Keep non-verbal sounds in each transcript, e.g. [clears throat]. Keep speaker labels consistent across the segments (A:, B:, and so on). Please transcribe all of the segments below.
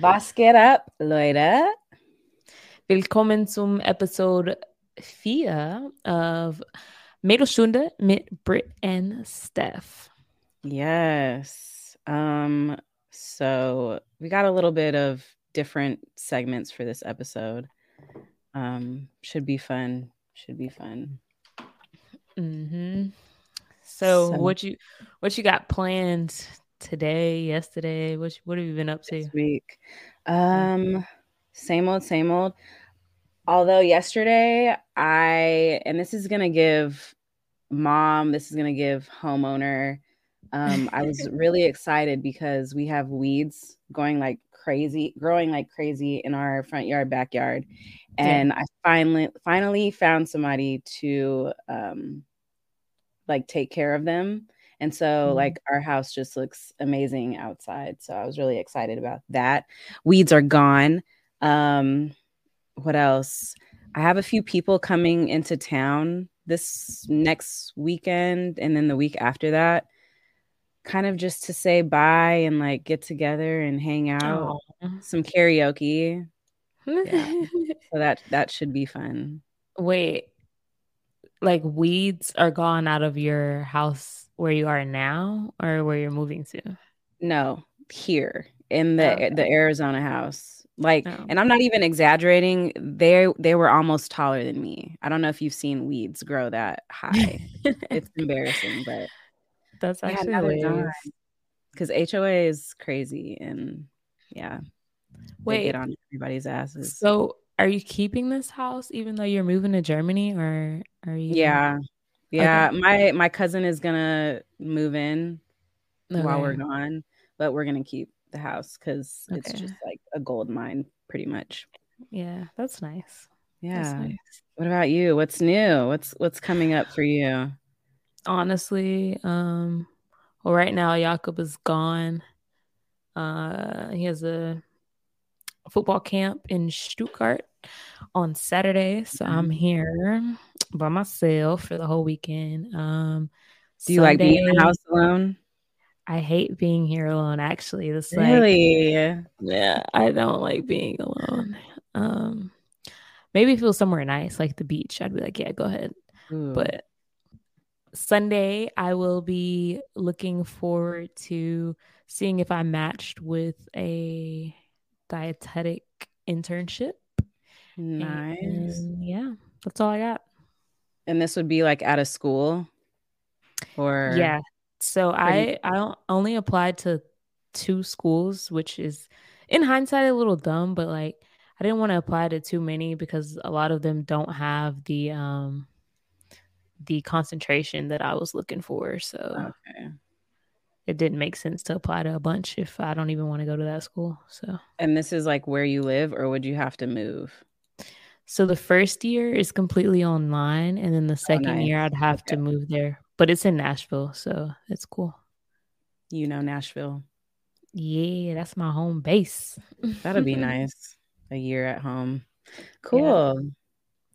A: Was geht ab, Leute?
B: Willkommen zum Episode 4 of Mädelstunde mit Brit and Steph.
A: Yes. Um, so we got a little bit of different segments for this episode. Um, should be fun. Should be fun.
B: hmm So,
A: So-
B: what you what you got planned today, yesterday? What you- what have you been up to?
A: This week. Um, same old, same old. Although yesterday I and this is gonna give mom, this is gonna give homeowner. Um, I was really excited because we have weeds going like crazy, growing like crazy in our front yard, backyard.
B: Yeah.
A: And I finally finally found somebody to um like take care of them. And so
B: Mhm.
A: like our house just looks amazing outside. So I was really excited about that. Weeds are gone. Um what else? I have a few people coming into town this next weekend and then the week after that. Kind of just to say bye and like get together and hang
B: Oh.
A: out. Some karaoke.
B: Aw.
A: So that that should be fun.
B: [laughs] Wait, like weeds are gone out of your house where you are now, or where you're moving to?
A: No, here in the
B: Oh, Okay.
A: the Arizona house. Like,
B: Oh.
A: and I'm not even exaggerating. They they were almost taller than me. I don't know if you've seen weeds grow that high. it's embarrassing, but
B: [laughs] That's
A: Yeah,
B: actually
A: now they're gone.
B: hilarious.
A: because HOA is crazy and yeah, they
B: Wait,
A: get on everybody's asses.
B: so are you keeping this house even though you're moving to Germany, or are you?
A: yeah, yeah. My my cousin is gonna move in while we're
B: Okay.
A: gone, but we're gonna keep the house because it's
B: Okay.
A: just like a gold mine, pretty much.
B: Yeah, that's nice.
A: Yeah.
B: That's nice.
A: What about you? What's new? What's what's coming up for you?
B: Honestly, um, well, right now Jakob is gone. Uh, he has a football camp in Stuttgart on Saturday, so
A: Mm-hmm.
B: I'm here by myself for the whole weekend. Um,
A: Do you like being in the
B: Sunday-
A: house alone?
B: I hate being here alone. Actually, it's like
A: Really?
B: Yeah, I don't like being alone. Um, maybe if it was somewhere nice, like the beach, I'd be like, yeah, go ahead.
A: Ooh.
B: But Sunday, I will be looking forward to seeing if I matched with a dietetic internship.
A: nice.
B: And yeah, that's all I got.
A: And this would be like out of school, or
B: Yeah. So
A: pretty-
B: I I o- only applied to two schools, which is in hindsight a little dumb, but like I didn't want to apply to too many because a lot of them don't have the um the concentration that I was looking for. So
A: Okay.
B: it didn't make sense to apply to a bunch if I don't even want to go to that school. So
A: And this is like where you live, or would you have to move?
B: so the first year is completely online and then the second year
A: Oh, nice.
B: I'd have to
A: Okay.
B: move there. But it's in Nashville, so it's cool.
A: You know, Nashville.
B: Yeah, that's my home base.
A: That'd be nice. A year at home. Cool.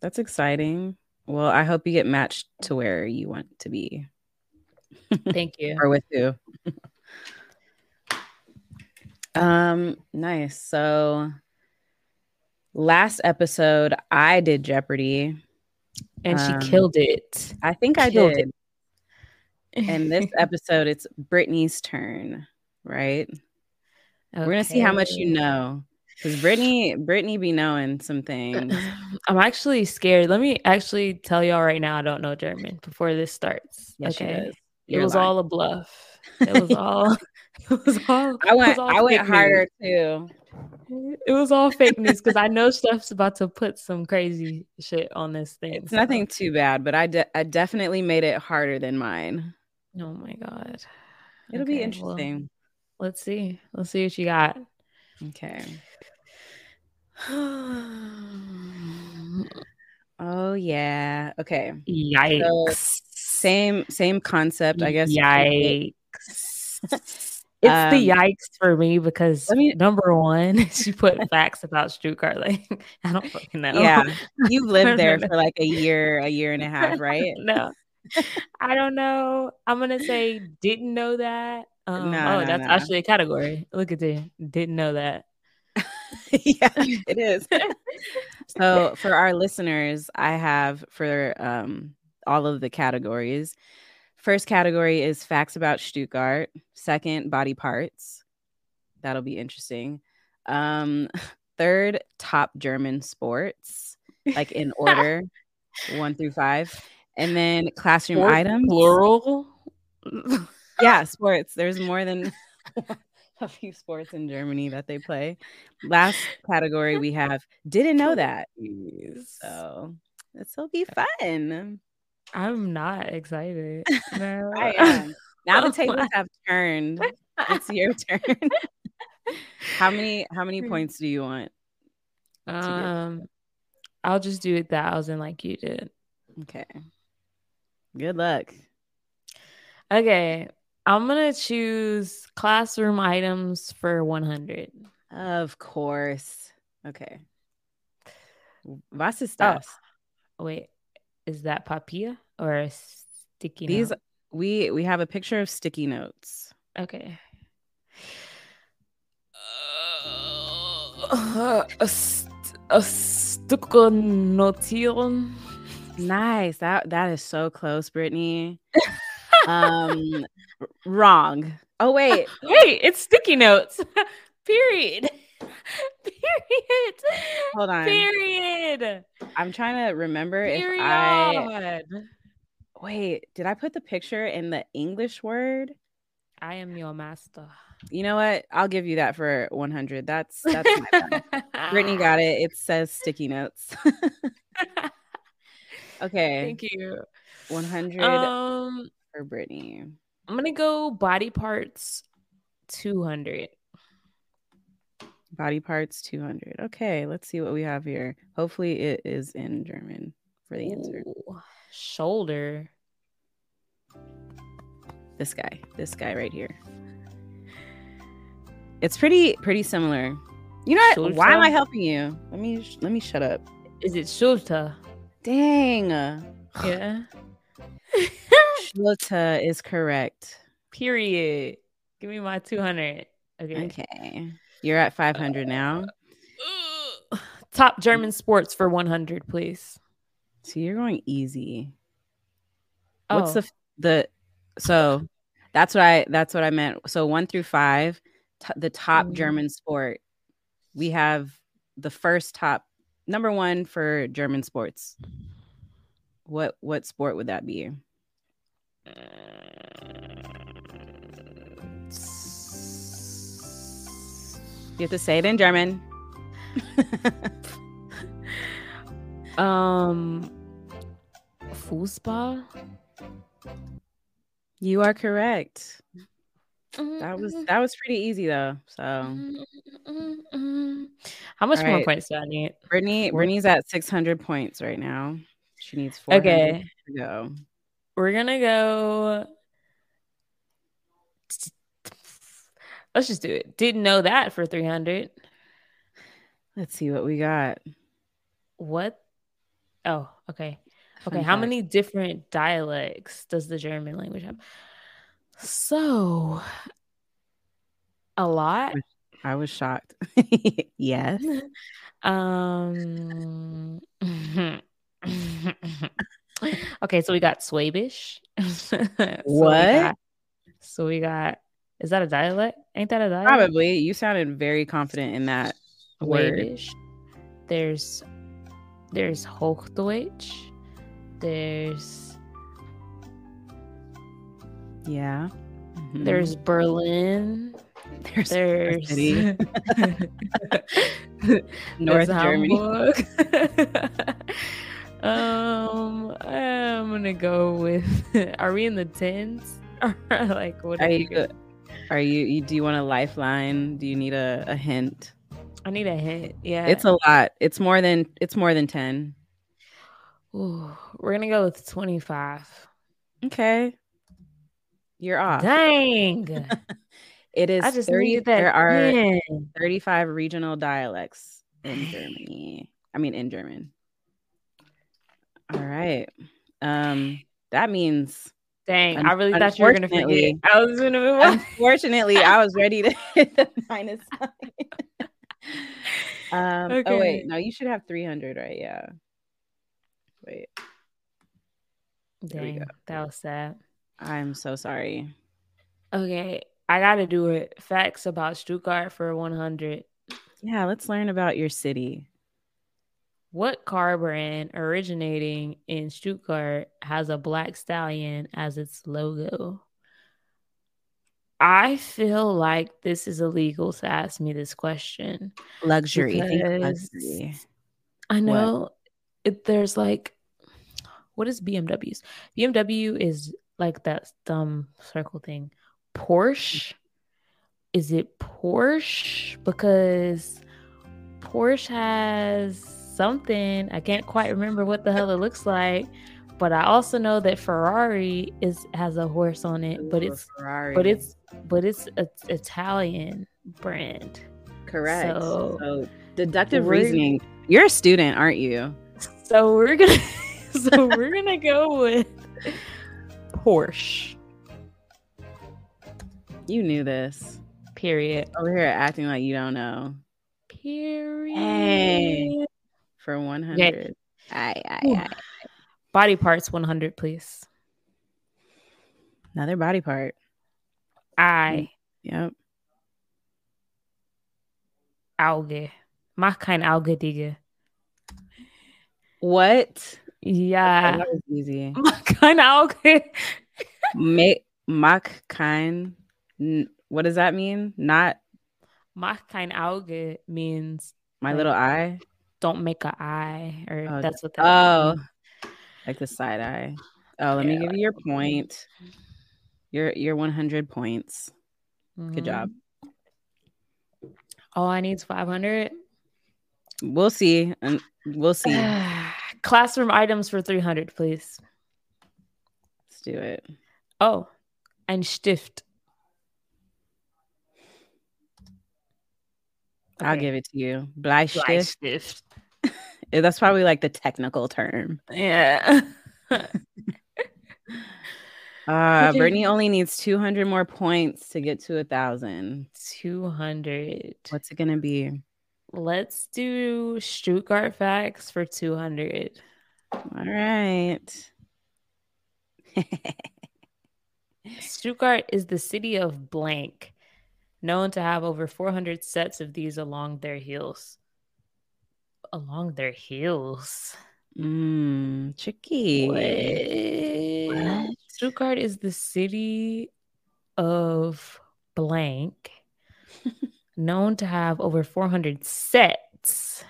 A: That's exciting. Well, I hope you get matched to where you want to be,
B: [laughs] Thank you.
A: or with who. [laughs] um. Nice. So. Last episode, I did Jeopardy.
B: And she
A: Um,
B: killed it.
A: I think I
B: Killed [laughs]
A: did. And this episode, it's Brittany's turn, right? We're gonna see how much you
B: Okay.
A: know, because Brittany, Brittany be knowing some
B: [laughs]
A: things.
B: I'm actually scared. Let me actually tell y'all right now I don't know German before this starts.
A: Yes, she does.
B: It
A: You're
B: was
A: lying.
B: all a bluff.
A: [laughs]
B: It was all [laughs] it was all
A: I
B: it
A: went,
B: was all
A: I went
B: fake
A: harder too.
B: news. It was all fake news because I know Steph's about to put some crazy shit on this thing.
A: It's
B: so-
A: nothing too bad, but I, de- I definitely made it harder than mine.
B: Oh my god.
A: It'll be
B: Okay, well,
A: interesting.
B: let's see. Let's see what you got.
A: okay. Oh yeah. Okay.
B: Yikes.
A: Same, same concept, I guess.
B: Yikes.
A: It's
B: It's the yikes for me because
A: Um, let me-
B: number one, [laughs] she put facts about Stuttgart. [laughs] Like I don't fucking know.
A: Yeah,
B: [laughs]
A: you've lived there
B: No, no.
A: for like a year, a year
B: [laughs]
A: and a half, right? [laughs]
B: no, I don't know. I'm gonna say didn't know that. Um,
A: No,
B: oh,
A: no,
B: that's
A: no.
B: actually a category. Look at you. Didn't know that.
A: yeah, it is. so for our listeners, I have for um, all of the categories. First category is facts about Stuttgart. Second, body parts. That'll be interesting. Um, [laughs] third, top German sports, like in order, one through five, and then classroom
B: Or
A: items.
B: Plural.
A: Yeah, sports. There's more than [laughs] a few sports in Germany that they play. [laughs] Last category we have didn't know that. So this will be fun.
B: [laughs] I'm not
A: [laughs]
B: excited. No.
A: I am. [laughs] Now the
B: Oh,
A: tables
B: wow.
A: have turned. It's [laughs] your turn. how many how many points do you want?
B: um, I'll just do a thousand like you did.
A: Okay. Good luck.
B: Okay, I'm gonna choose classroom items for 100.
A: Of course. Okay. Was ist das?
B: Wait, is that papilla or a sticky?
A: These
B: note?
A: we we have a picture of sticky notes.
B: Okay. Uh, a st- a sticker notieren.
A: Nice. That that is so close, Brittany. um r- wrong. Oh wait.
B: Wait, it's sticky notes. [laughs] Period. [laughs] Period.
A: Hold on.
B: Period.
A: I'm trying to remember
B: Period.
A: if I wait, did I put the picture in the English word?
B: I am your master.
A: You know what? I'll give you that for 100. That's that's my
B: [laughs]
A: bad. [laughs] Brittany got it. It says sticky notes. okay,
B: Thank you.
A: 100
B: Um,
A: for Brittany.
B: I'm gonna go body parts 200.
A: Body parts 200. Okay, let's see what we have here. Hopefully, it is in German for the answer.
B: Ooh, Shoulder.
A: This guy, this guy right here. It's pretty pretty similar. You know what?
B: Shoulder
A: Why am I
B: style?
A: helping you? Let me sh- let me shut up.
B: Is it shoulder? [sighs]
A: Dang,
B: Yeah.
A: Schlotter is correct.
B: [laughs] Period. Give me my 200. Okay.
A: Okay, you're at 500 now.
B: Ugh. Top German sports for 100, please.
A: So you're going easy. What's
B: Oh,
A: the f- the so that's what I that's what I meant. So one through five, t- the top
B: Mhm.
A: German sport. We have the first top number one for German sports. What what sport would that be? You have to say it in German.
B: um Fußball?
A: You are correct. That was that was pretty easy though. So
B: How much
A: All
B: more
A: right.
B: points do I need?
A: Brittany
B: Four-
A: Brittany's at 600 points right now. She needs 400
B: Okay.
A: to go.
B: We're gonna go. Let's just do it. Didn't know that for 300.
A: Let's see what we got.
B: What? Oh, okay. Okay,
A: Fun
B: how
A: fact.
B: many different dialects does the German language have? So, a lot.
A: I was shocked. [laughs] yes.
B: Um. [laughs] okay, so we got Swabish. [laughs] so We
A: What?
B: got, so we got. Is that a dialect? Ain't that a dialect?
A: Probably. You sounded very confident in that word.
B: Swabish. There's, there's Hochdeutsch. There's
A: Yeah. Mhm.
B: there's Berlin.
A: [laughs] there's,
B: There's
A: city. North
B: [laughs]
A: [laughs]
B: North
A: Germany.
B: Hamburg. [laughs] um, I'm gonna go with. [laughs] Are we in the tens? [laughs] Or like what?
A: Are
B: we
A: you-
B: doing?
A: Are you, you do you want a lifeline? Do you need a, a hint?
B: I need a hint. Yeah,
A: It's a lot. It's more than it's more than 10.
B: Ooh, we're gonna go with twenty five.
A: Okay. You're off. [laughs]
B: Dang,
A: it is
B: I just
A: 30
B: needed that.
A: there are
B: hint.
A: 35 regional dialects in Germany. I mean, in German. All right. Um, that means,
B: Dang,
A: Un-
B: I really thought you were gonna forget.
A: unfortunately-
B: I was gonna [laughs] move on.
A: [laughs] unfortunately, I was ready to hit the minus sign. Um,
B: Okay.
A: Oh wait, no, you should have 300, right? Yeah. Wait, There we
B: Dang,
A: go.
B: that was sad.
A: I'm so sorry.
B: Okay, I gotta do it. Facts about Stuttgart for 100.
A: Yeah, let's learn about your city.
B: What car brand originating in Stuttgart has a black stallion as its logo? I feel like this is illegal to ask me this question.
A: Luxury. Think
B: because
A: luxury.
B: I know it, there's like, what is BMWs? BMW is like that thumb circle thing. Porsche? Is it Porsche? Because Porsche has something. I can't quite remember what the hell it looks like. But I also know that Ferrari is has a horse on it, but
A: Ooh,
B: it's
A: Oh, Ferrari.
B: but it's but it's a, Italian brand.
A: correct.
B: so-
A: So, deductive
B: We're-
A: reasoning. You're a student, aren't you?
B: So we're gonna [laughs] so we're gonna go with Porsche.
A: You knew this.
B: Period.
A: Over here acting like you don't know.
B: Period.
A: Hey. For 100. Aye, aye,
B: Ooh.
A: aye.
B: Body parts 100, please.
A: Another body part. Mm.
B: I
A: Yep.
B: Auge. Mach kein Auge, Digga.
A: What? Okay,
B: [laughs] Yeah.
A: that was easy.
B: Mach kein Auge.
A: Make mock kind. N- what does that mean? Not
B: Mach kein Auge means
A: my
B: Like-
A: little eye.
B: don't make an eye, or
A: Oh,
B: that's what that
A: Oh,
B: means.
A: like the side eye. Oh, let me
B: Yeah.
A: give you your point. Your your 100 points.
B: Mhm.
A: Good job.
B: All I need is 500.
A: We'll see. And we'll
B: [sighs]
A: see. Let's
B: Classroom items for 300, please.
A: do it.
B: Oh, ein Stift.
A: I'll give it to you. Bleistift. Eh,
B: Bleistift.
A: That's probably like the technical term.
B: Yeah. [laughs]
A: Uh,
B: Okay.
A: Brittany only needs 200 more points to get to a thousand.
B: 200.
A: What's it gonna be?
B: Let's do Stuttgart facts for 200.
A: All right. [laughs]
B: Stuttgart is the city of blank, known to have over 400 sets of these along their hills. Along their hills.
A: Mm, tricky.
B: What?
A: What?
B: Stuttgart is the city of
A: [laughs]
B: blank, known to have over 400 sets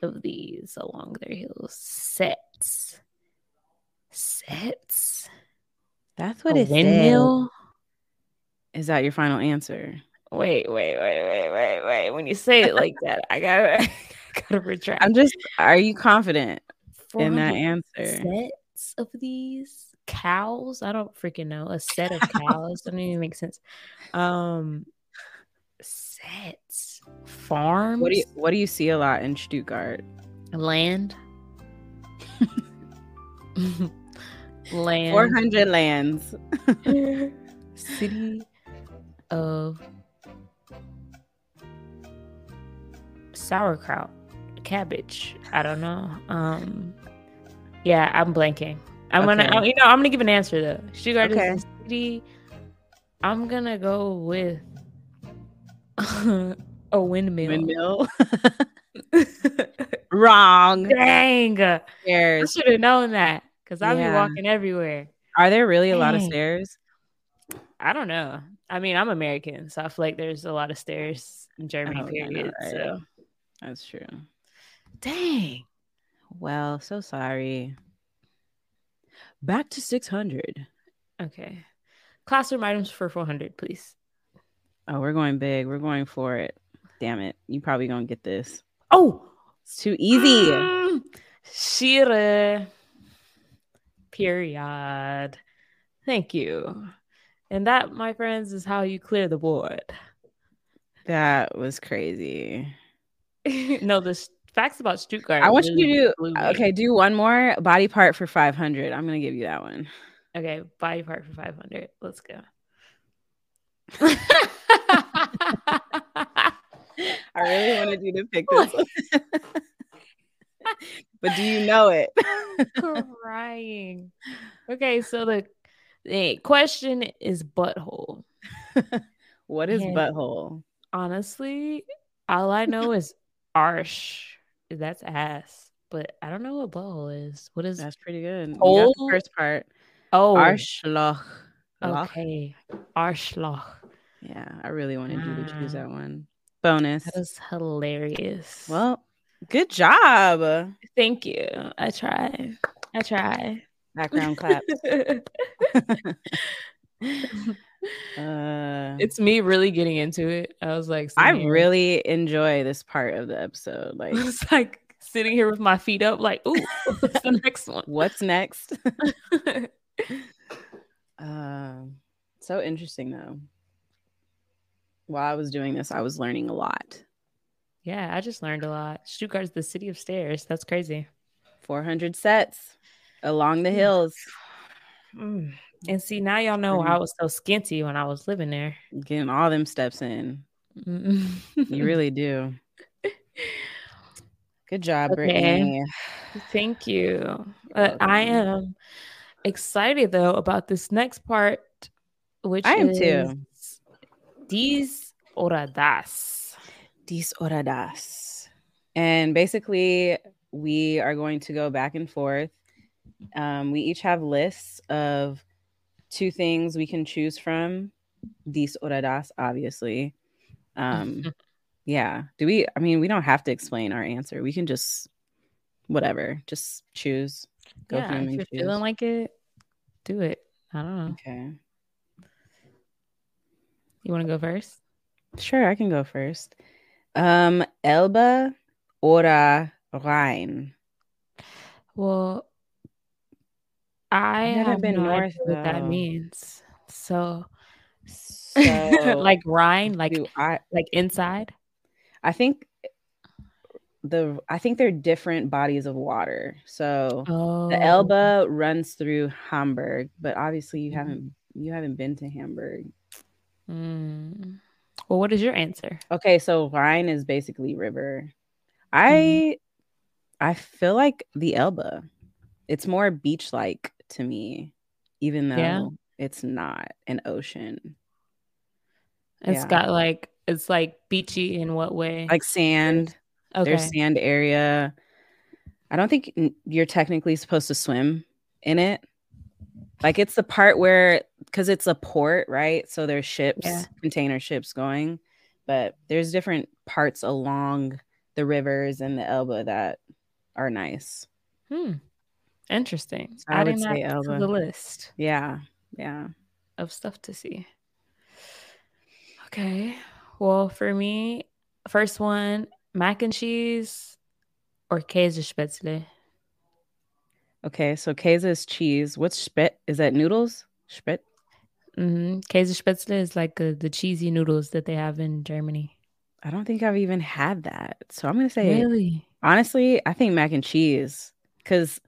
B: of these along their hills. Sets. Sets.
A: That's what
B: A
A: it said.
B: windmill?
A: Is that your final answer?
B: Wait, wait, wait, wait, wait, wait. When you say it like that, I gotta, [laughs] I gotta retract.
A: I'm just. Are you confident in that
B: 400
A: answer?
B: sets of these cows. I don't freaking know. A set of cows. That doesn't even make sense. Um sets. Farms.
A: What do you What do you see a lot in Stuttgart?
B: land. [laughs]
A: Four
B: land
A: hundred lands.
B: [laughs] city of sauerkraut. Cabbage. I don't know. Um yeah, I'm blanking. I'm gonna
A: Okay.
B: I'm- you know, I'm gonna give an answer though. Stuttgart is
A: Okay.
B: the city. I'm gonna go with [laughs] a windmill.
A: Windmill. [laughs] Wrong.
B: [laughs] Dang. I
A: Stairs.
B: should have known that. Cause I'll be
A: Yeah.
B: walking everywhere.
A: Are there really a lot of
B: Dang.
A: stairs?
B: I don't know. I mean, I'm American, so I feel like there's a lot of stairs in Germany,
A: Oh, yeah, I know,
B: period.
A: right?
B: So
A: That's true.
B: dang.
A: Well, so sorry. Back to six hundred.
B: Okay. Classroom items for 400, please.
A: Oh, we're going big. We're going for it. Damn it. You probably gonna get this.
B: Oh,
A: It's too
B: [gasps]
A: easy. [laughs]
B: Mm. Shire. Period. Thank you. And that, my friends, is how you clear the board. [laughs]
A: that was crazy.
B: no, the s- facts about Stuttgart.
A: I want you to
B: really
A: do
B: blew me.
A: okay. Do one more body part for five hundred. I'm gonna give you that one.
B: Okay, body part for 500. Let's go.
A: I really wanted you to pick
B: [laughs]
A: this. [laughs] but do you know it? [laughs]
B: Crying. Okay, so the, the question is butthole.
A: what is
B: Yeah.
A: butthole?
B: Honestly, all I know is arsh. That's ass. But I don't know what butthole is. What is
A: That's pretty good. You got
B: Hole?
A: the first part.
B: oh
A: Arschloch. Loch.
B: okay. Arschloch.
A: Yeah, I really wanted you to choose
B: Wow.
A: that one. Bonus.
B: That is hilarious.
A: Well, good job.
B: thank you. I try. I try. [laughs]
A: Background clap. Uh,
B: it's me really getting into it. I was like,
A: I
B: sitting here- [laughs]
A: really enjoy this part of the episode. Like,
B: was like sitting here with my feet up, like, [laughs] ooh, what's the next one?
A: what's
B: [laughs]
A: next? Um, so interesting though. While I was doing this, I was learning a lot.
B: yeah, I just learned a lot. Stuttgart's the city of stairs. That's crazy.
A: 400 sets along the
B: Yeah.
A: hills.
B: Mm. And see, now y'all know why I was so skinty when I was living there.
A: Getting all them steps in.
B: Mm.
A: You really do. Good job,
B: Okay.
A: Brittany.
B: [laughs] Thank you. [laughs] Uh, I am excited though about this next part, which
A: I am
B: is
A: too.
B: These or das.
A: Dis oradas. And basically, we are going to go back and forth. Um, we each have lists of two things we can choose from. Dis oradas, obviously.
B: [laughs]
A: Um, yeah. Do we, I mean, we don't have to explain our answer. We can just, whatever, just choose. Go
B: yeah,
A: through
B: if
A: and
B: you're
A: choose.
B: feeling like it, do it. I don't know.
A: Okay.
B: You want to go first?
A: Sure, I can go first. Um, Elba ora
B: [laughs]
A: Rhein.
B: Well, I
A: I've never
B: have
A: been
B: no
A: north,
B: idea what that
A: though.
B: means. So,
A: So,
B: [laughs] like Rhine, like
A: do I,
B: like inside.
A: I think the I think they're different bodies of water. So
B: Oh,
A: the Elbe runs through Hamburg, but obviously you
B: Mhm.
A: haven't you haven't been to Hamburg.
B: Mm. Well, what is your answer?
A: Okay, so Rhine is basically river. I
B: Mm-hmm.
A: I feel like the Elbe. It's more beach like to me, even though
B: Yeah.
A: it's not an ocean.
B: It's
A: Yeah.
B: got like it's like beachy in what way?
A: Like sand,
B: okay,
A: there's sand area. I don't think n- you're technically supposed to swim in it. Like it's the part where because it's a port, right? So there's ships,
B: Yeah.
A: container ships going, but there's different parts along the rivers and the Elbe that are nice.
B: hmm. interesting.
A: I would
B: Adding that
A: say
B: to
A: Elba.
B: the list
A: Yeah, yeah.
B: of stuff to see. Okay, well, for me, first one mac and cheese or Käsespätzle.
A: Okay, so Käse is cheese. What's spit? Is that noodles? Spit.
B: Mm-hmm. Käsespätzle is like uh, the cheesy noodles that they have in Germany.
A: I don't think I've even had that. So I'm gonna say
B: Really?
A: honestly, I think mac and cheese because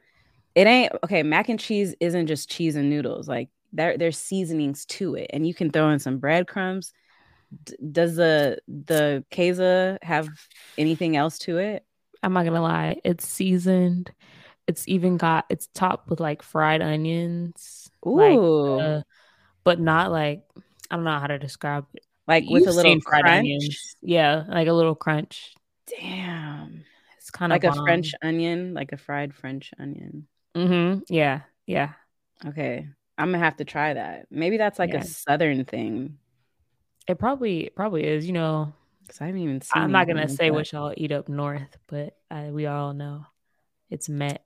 A: it ain't okay. Mac and cheese isn't just cheese and noodles. Like there, there's seasonings to it, and you can throw in some breadcrumbs. D- does the the Käse have anything else to it?
B: I'm not gonna lie. It's seasoned. It's even got it's topped with like fried onions. like,
A: Ooh,
B: uh, but not like I don't know how to describe it.
A: like with a
B: You've
A: little
B: seen fried
A: crunch.
B: onions. Yeah, like a little crunch.
A: Damn,
B: It's kind
A: like
B: of
A: a French onion, like a fried French onion.
B: hmm Yeah, yeah.
A: Okay. I'm gonna have to try that. Maybe that's like
B: Yeah.
A: a southern thing.
B: It probably it probably is. You know,
A: Cause I haven't even seen
B: I'm not gonna
A: anything like
B: say
A: that.
B: what y'all eat up north, but I, we all know it's met.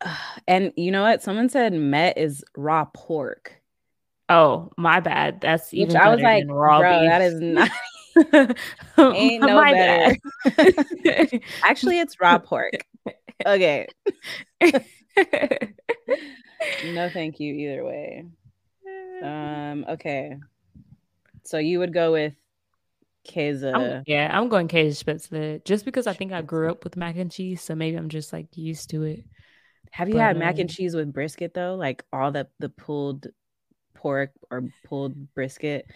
A: Ugh, and you know what? Someone said Met is raw pork.
B: Oh, my bad. That's
A: Which
B: even
A: I was
B: better
A: like,
B: than raw
A: bro,
B: beef.
A: that is not
B: [laughs]
A: ain't no
B: my
A: better.
B: bad.
A: Actually it's
B: [laughs]
A: raw pork. Okay.
B: [laughs]
A: No thank you either way.
B: Uh,
A: Um, okay. So you would go with
B: I'm-
A: Keza.
B: yeah, I'm going Käsespätzle just because I think I grew up with mac and cheese, so maybe I'm just like used to it.
A: Have you
B: but,
A: had mac
B: um,
A: and cheese with brisket though? Like all the the pulled pork or pulled brisket.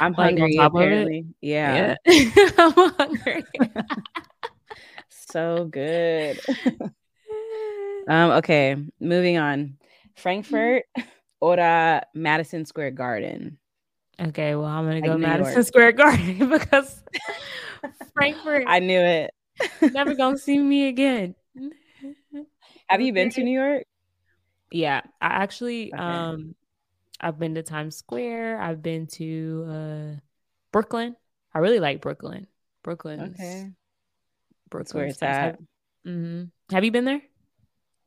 A: I'm
B: Like, on
A: hungry
B: top of it?
A: apparently. Yeah.
B: Yeah. [laughs] I'm hungry. [laughs]
A: So good. Um, okay, moving on. Frankfurt
B: Mm-hmm.
A: or uh, Madison Square Garden.
B: okay, well, I'm going to
A: Like
B: go
A: New
B: Madison
A: York.
B: Square
A: [laughs]
B: Garden [laughs] because Frankfurt
A: I knew it. [laughs]
B: never going to see me again.
A: Have you been to New York?
B: Yeah, I actually
A: Okay.
B: um I've been to Times Square, I've been to uh Brooklyn. I really like Brooklyn. Brooklyn's
A: Okay.
B: Brooklyn's
A: where it's
B: nice.
A: at.
B: Have, Mhm. Have you been there?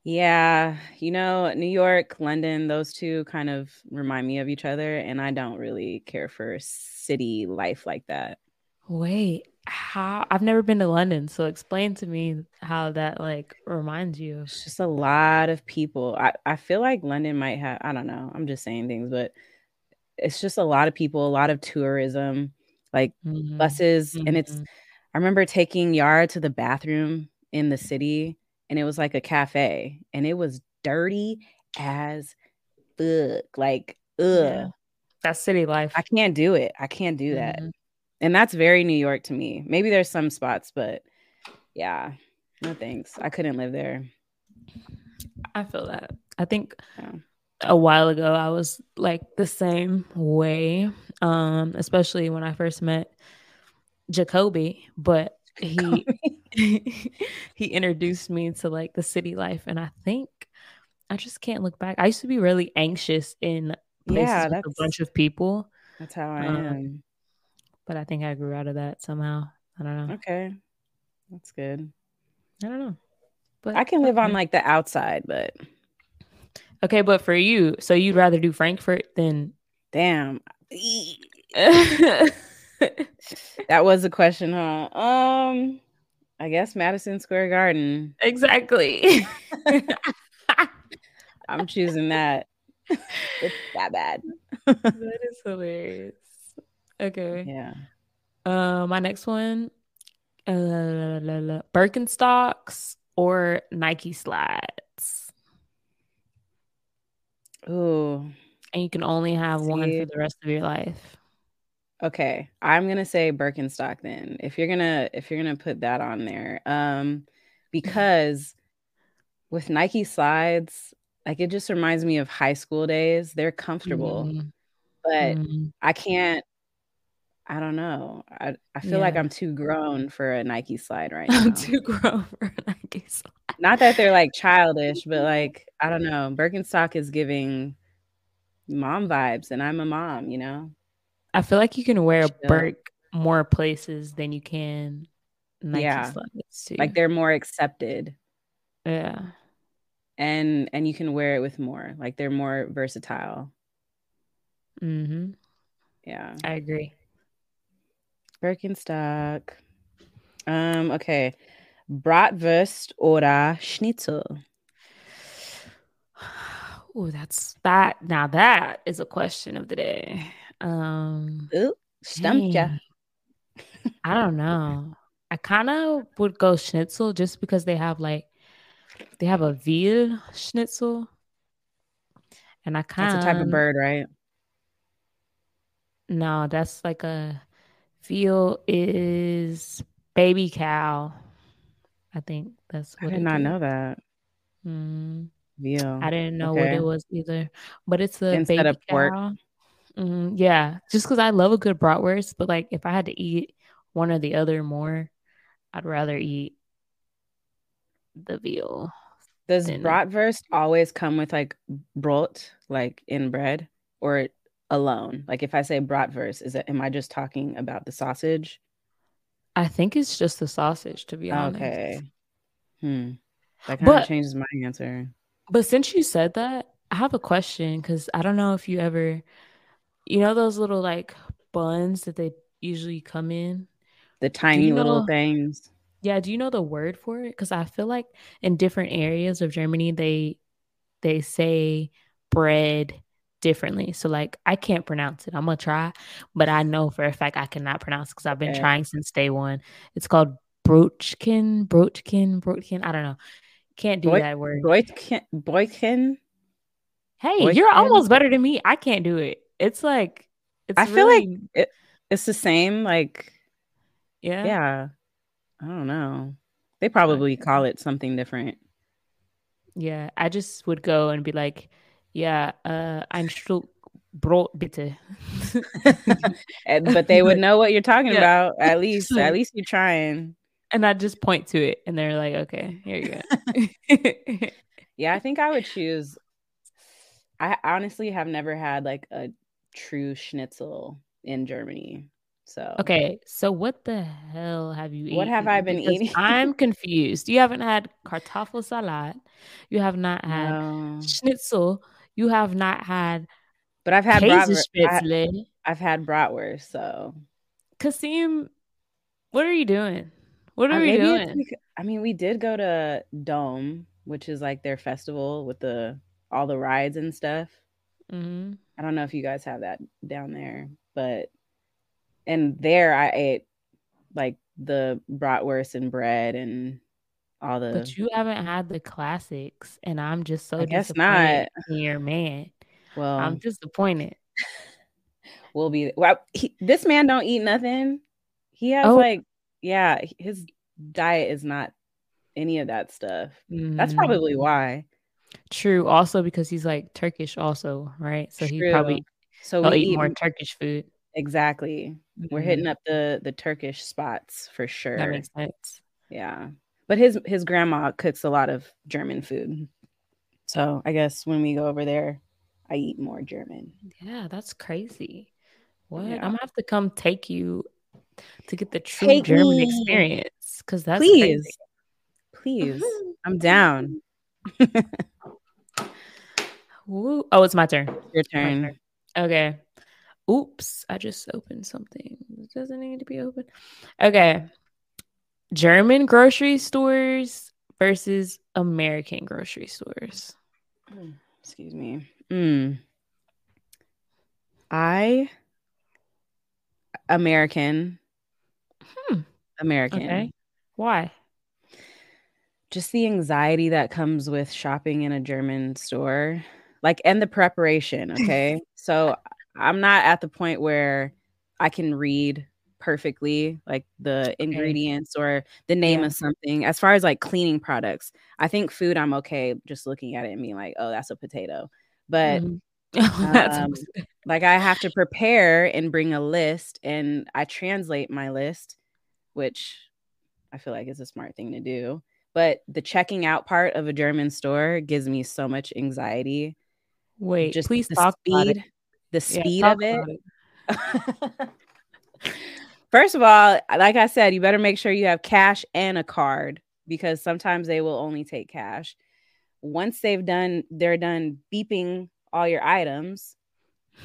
A: Yeah, you know, New York, London, those two kind of remind me of each other, and I don't really care for city life like that.
B: Wait, how I've never been to London, so explain to me how that like reminds you of
A: It's just a lot of people. I, I feel like London might have, I don't know, I'm just saying things, but it's just a lot of people, a lot of tourism, like
B: Mhm.
A: buses. And it's,
B: Mhm.
A: I remember taking Yara to the bathroom in the city, and it was like a cafe, and it was dirty as fuck. Like, ugh,
B: Yeah. that's city life.
A: I can't do it. I can't do that.
B: Mhm.
A: And that's very New York to me. Maybe there's some spots, but yeah, no thanks. I couldn't live there.
B: I feel that. I think
A: Yeah.
B: a while ago I was like the same way, um, especially when I first met Jacoby, but he [laughs] he introduced me to like the city life and I think I just can't look back. I used to be really anxious in places
A: yeah,
B: with
A: that's
B: a bunch of people,
A: that's how I
B: um,
A: am.
B: but I think I grew out of that somehow. I don't know.
A: Okay, that's good.
B: I don't know. But
A: I can live on
B: okay.
A: like the outside, but
B: Okay, but for you, so you'd rather do Frankfurt than
A: damn, that was a question, huh? Um, I guess Madison Square Garden.
B: [laughs] Exactly.
A: I'm choosing that. [laughs] it's that bad.
B: that is hilarious. Okay.
A: Yeah.
B: Uh, my next one uh, la, la, la, la, Birkenstocks or Nike slides.
A: Ooh.
B: And you can only have one
A: See?
B: for the rest of your life.
A: Okay, I'm gonna say Birkenstock then. If you're gonna if you're gonna put that on there,
B: Mm-hmm.
A: um, because with Nike slides, like it just reminds me of high school days. They're comfortable,
B: Mhm.
A: but
B: Mhm.
A: I can't. I don't know. I I feel like
B: Yeah.
A: I'm too grown for a Nike slide
B: [laughs]
A: right now.
B: I'm too grown for a Nike slide.
A: Not that they're like childish,
B: [laughs]
A: but like I don't know. Birkenstock is giving mom vibes, and I'm a mom. You know.
B: I feel like you can wear a
A: Chill.
B: Burke more places than you can Nike
A: Yeah.
B: slides too.
A: Like they're more accepted.
B: yeah.
A: and and you can wear it with more like they're more versatile
B: hmm
A: yeah
B: I agree.
A: birkenstock um okay bratwurst oder schnitzel
B: [sighs] Oh, that's that. Now that is a question of the day. Um,
A: Ooh, stumped ya
B: dang. I don't know. I kind of would go schnitzel just because they have like they have a veal schnitzel, and I kind
A: that's a type of bird right
B: No, that's like a veal is baby cow. I think that's
A: i
B: what
A: did
B: it
A: not
B: is.
A: know that
B: Mm.
A: veal
B: I didn't know what
A: Okay.
B: it was either, but it's a
A: Instead
B: baby
A: of pork.
B: cow. Mhm, yeah, just because I love a good bratwurst, but like if I had to eat one or the other more, I'd rather eat the veal.
A: does
B: didn't.
A: bratwurst always come with like brot like in bread or alone like if i say bratwurst is it am i just talking about the sausage
B: I think it's just the sausage, to be honest.
A: okay hmm that kind of
B: But-
A: changes my answer
B: But since you said that, I have a question because I don't know if you ever, you know, those little like buns that they usually come in.
A: the tiny little
B: know-
A: things.
B: Yeah, do you know the word for it? Because I feel like in different areas of Germany, they they say bread differently. So like I can't pronounce it. I'm gonna try, but I know for a fact I cannot pronounce because I've been
A: Okay.
B: trying since day one. It's called brochkin, brochkin, brochkin. I don't know. Can't do
A: Broich-
B: that word.
A: Boykin, Boykin,
B: Hey,
A: Boy,
B: you're
A: can-
B: almost better than me. I can't do it. It's like it's
A: I feel like-
B: really-
A: It's the same, like
B: yeah.
A: yeah. I don't know. They probably call it something different.
B: Yeah, I just would go and be like, yeah, uh, ein Stück Brot
A: [laughs]
B: bitte. [laughs]
A: And- Eh, but they would know what you're talking
B: Yeah.
A: about. At least,
B: [laughs] Like-
A: at least you're trying.
B: [laughs] and I just point to it, and they're like, okay, here you go. [laughs]
A: Yeah, I think I would choose. I honestly have never had like a true schnitzel in Germany. So
B: okay, so what the hell have you eaten?
A: What have I been
B: Because
A: eating? [laughs]
B: I'm confused. You haven't had kartoffel salad. You have not had
A: No.
B: schnitzel. You have not had
A: But I've had bratwurst. I,
B: Käsespätzle.
A: I've had bratwurst. So
B: Kasim, what are you doing? What
A: Uh,
B: are we
A: maybe it's
B: doing?
A: bec- I mean, we did go to Dome, which is like their festival with the all the rides and stuff.
B: Mhm.
A: I don't know if you guys have that down there, but and there I ate like the bratwurst and bread and all the.
B: But you haven't had the classics, and I'm just so
A: I guess Um,
B: disappointed in your man.
A: well,
B: I'm disappointed.
A: we'll be well. He, this man don't eat nothing. He has
B: Oh.
A: like yeah, his diet is not any of that stuff. That's
B: Mm,
A: probably why.
B: true. Also, because he's like Turkish, also right, so he probably
A: So
B: will
A: we
B: eat
A: eat
B: more Turkish food.
A: exactly. We're
B: Mhm.
A: hitting up the the Turkish spots for sure.
B: Mm-hmm. That makes sense.
A: Yeah. But his his grandma cooks a lot of German food. So I guess when we go over there, I eat more German.
B: Yeah, that's crazy. What
A: Yeah.
B: I'm gonna have to come take you to get the true
A: Take
B: German
A: me.
B: experience because that's Mm-hmm.
A: please.
B: crazy.
A: Please. I'm down.
B: [laughs] Mm-hmm. Woo. Oh, it's my turn.
A: Your
B: My
A: turn.
B: turn. Okay. Oops, I just opened something. It doesn't need to be open. Okay. German grocery stores versus American grocery stores.
A: Excuse me. Mm. I American.
B: Hmm.
A: American.
B: Okay. Why?
A: just the anxiety that comes with shopping in a German store, like, and the preparation. Okay. so I'm not at the point where I can read perfectly, like the ingredients or the name
B: Yeah.
A: of something. As far as like cleaning products, I think food, I'm okay just looking at it and being like, oh, that's a potato. But
B: Mhm. [laughs] That's-
A: um, like I have to prepare and bring a list and I translate my list, which I feel like is a smart thing to do. But the checking out part of a German store gives me so much anxiety.
B: Wait,
A: just
B: please
A: the
B: talk about it.
A: speed, the
B: Yeah,
A: speed of
B: talk
A: it.
B: about
A: First of all, like I said, you better make sure you have cash and a card because sometimes they will only take cash. Once they've done, they're done beeping all your items.
B: [laughs]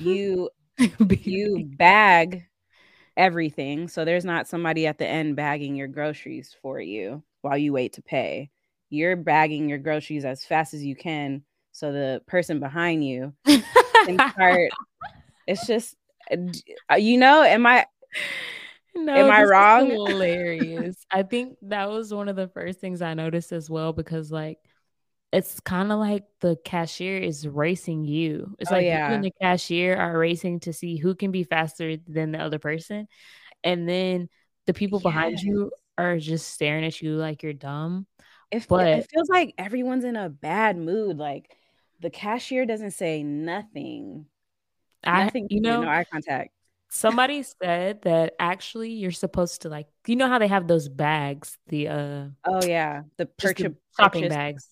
A: You you bag everything. So there's not somebody at the end bagging your groceries for you while you wait to pay. You're bagging your groceries as fast as you can. So the person behind you
B: [laughs]
A: can start. it's just, uh, d- uh, you know, am I?
B: No,
A: Am I
B: this is
A: wrong?
B: Hilarious.
A: [laughs]
B: I think that was one of the first things I noticed as well because like it's kind of like the cashier is racing you. It's
A: Oh,
B: like you
A: yeah.
B: and the cashier are racing to see who can be faster than the other person. And then the people behind you are just staring at you like you're dumb.
A: If
B: But-
A: it feels like everyone's in a bad mood, like the cashier doesn't say nothing.
B: I
A: nothing.
B: you
A: to
B: know
A: no eye contact.
B: somebody said that actually you're supposed to like you know how they have those bags, the uh
A: Oh yeah, the
B: just the
A: purchase,
B: shopping
A: purchase-
B: bags.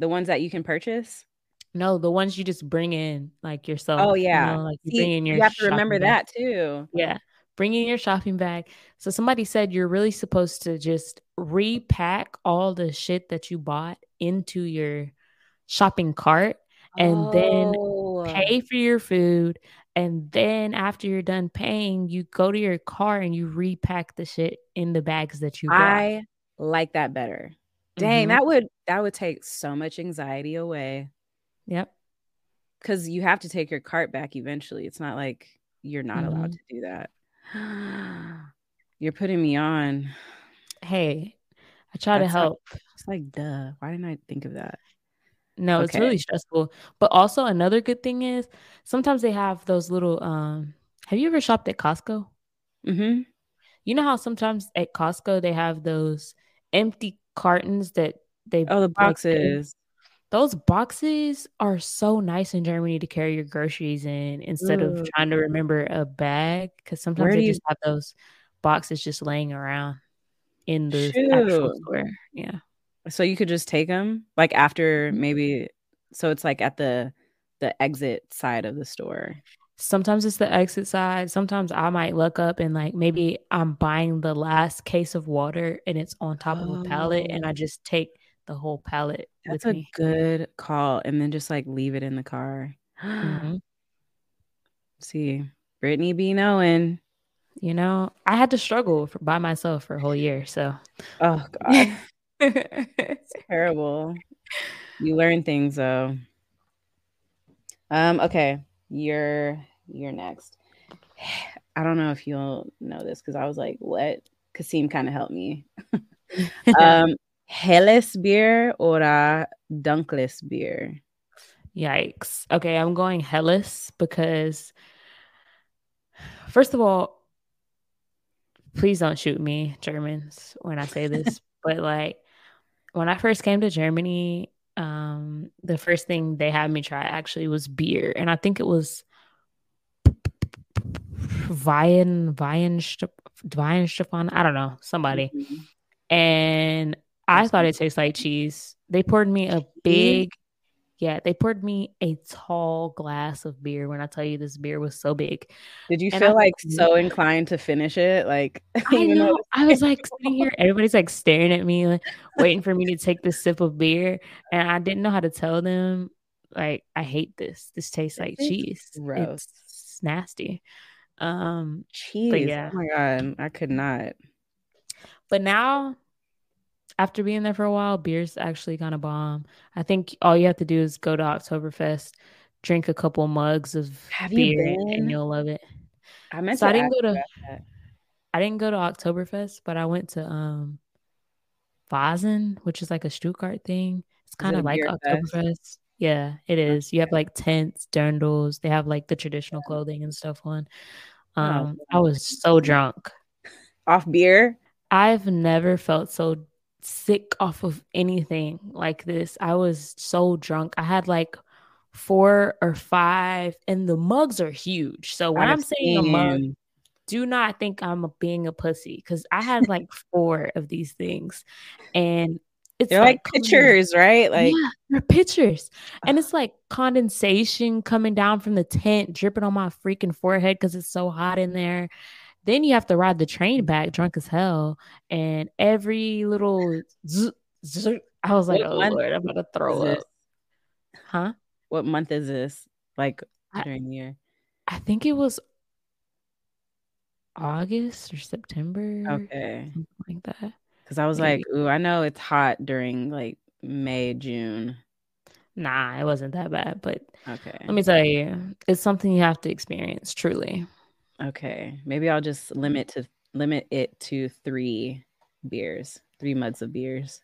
A: the ones that you can purchase.
B: No, the ones you just bring in like yourself. you
A: Oh, yeah.
B: know, like you
A: See,
B: bring in your.
A: you have to remember
B: shopping bag.
A: that too.
B: Yeah, bring in your shopping bag. So somebody said you're really supposed to just repack all the shit that you bought into your shopping cart, And then
A: Oh.
B: pay for your food, and then after you're done paying, you go to your car and you repack the shit in the bags that you bought.
A: I like that better. Dang,
B: Mhm.
A: that would that would take so much anxiety away
B: Yep.
A: because you have to take your cart back eventually. It's not like you're not allowed to do that. [gasps] you're putting me on.
B: Hey, I try to
A: That's how-
B: help.
A: It's like, duh. Why didn't I think of that?
B: No, it's
A: Okay.
B: really stressful. But also another good thing is sometimes they have those little um have you ever shopped at Costco?
A: Mm-hmm.
B: You know how sometimes at Costco they have those empty cartons that they
A: Oh, the
B: Boxes.
A: boxes.
B: those boxes are so nice in Germany to carry your groceries in instead
A: Ooh.
B: of trying to remember a bag because sometimes
A: Where
B: they
A: do you-
B: just have those boxes just laying around in the actual
A: Shoot.
B: store. Yeah.
A: So you could just take them like after maybe. So it's like at the the exit side of the store.
B: Sometimes it's the exit side. Sometimes I might look up and like maybe I'm buying the last case of water and it's on top of a pallet and I
A: Oh.
B: just take the whole pallet
A: That's
B: with
A: a
B: me.
A: good call. And then just like leave it in the [gasps] car. Mm-hmm.
B: Mhm.
A: See, Brittany be knowing.
B: You know, I had to struggle for, by myself for a whole year. So [laughs]
A: Oh God, terrible. You learn things though. Um. Okay, you're you're next. [sighs] I don't know if you'll know this because I was like, what? Kasim kind of helped
B: [laughs]
A: me. um, helles beer or dunkless beer?
B: Yikes. Okay, I'm going Hellas because, first of all, please don't shoot me, Germans, when I say this. but like, when I first came to Germany, um, the first thing they had me try actually was beer, and I think it was Wein, Weinstef- Weinstefan. I don't know, somebody.
A: Mhm.
B: And I
A: That's
B: thought
A: good.
B: it tastes like cheese. They poured me a big yeah, they poured me a tall glass of beer. When I tell you this beer was so big,
A: Did you
B: And
A: feel
B: I [laughs]
A: like
B: love
A: so inclined to finish it? Like [laughs]
B: I
A: even though
B: know
A: it's
B: I was like sitting here, everybody's like staring at me, like, waiting for me to take this sip of beer, and I didn't know how to tell them, like, I hate this. This tastes like
A: tastes
B: cheese.
A: gross.
B: It's nasty. Um,
A: cheese?
B: yeah.
A: Oh my god, I could not.
B: But now, after being there for a while, beer's actually kind of bomb. I think all you have to do is go to Oktoberfest, drink a couple mugs of
A: Have you
B: beer, and, and
A: been?
B: you'll love it.
A: I meant
B: So
A: to
B: I didn't
A: ask
B: go to-
A: about that.
B: I didn't go to Oktoberfest, but I went to um Vasen, which is like a Stuttgart thing. It's kind
A: a
B: of like
A: beer fest?
B: Oktoberfest. Yeah, it is. You have like tents, dirndls. They have like the traditional clothing and stuff on.
A: Oh,
B: Um, I
A: wow.
B: was so drunk.
A: Off beer?
B: I've never felt so sick off of anything like this. I was so drunk. I had like four or five, and the mugs are huge. So when i
A: I've
B: am saying a mug,
A: seen-
B: do not think I'm a, being a pussy because I had like four of these things, and
A: [laughs]
B: it's
A: They're like
B: coming-
A: pictures, right? Like
B: yeah, they're pictures, and
A: Ugh.
B: it's like condensation coming down from the tent, dripping on my freaking forehead because it's so hot in there. Then you have to ride the train back, drunk as hell, and every little. zzz, zzz, I was like,
A: What
B: oh
A: month
B: lord, I'm gonna throw
A: is
B: up,
A: this?
B: huh?
A: uh, What month is this? Like
B: I-
A: during the year?
B: I think it was August or September,
A: Okay.
B: something like that.
A: Because I was
B: Maybe.
A: like, ooh, I know it's hot during like May, June.
B: Nah, it wasn't that bad, but
A: Okay.
B: Let me tell you, it's something you have to experience, truly.
A: okay. Maybe I'll just limit to limit it to three beers, three mugs of beers.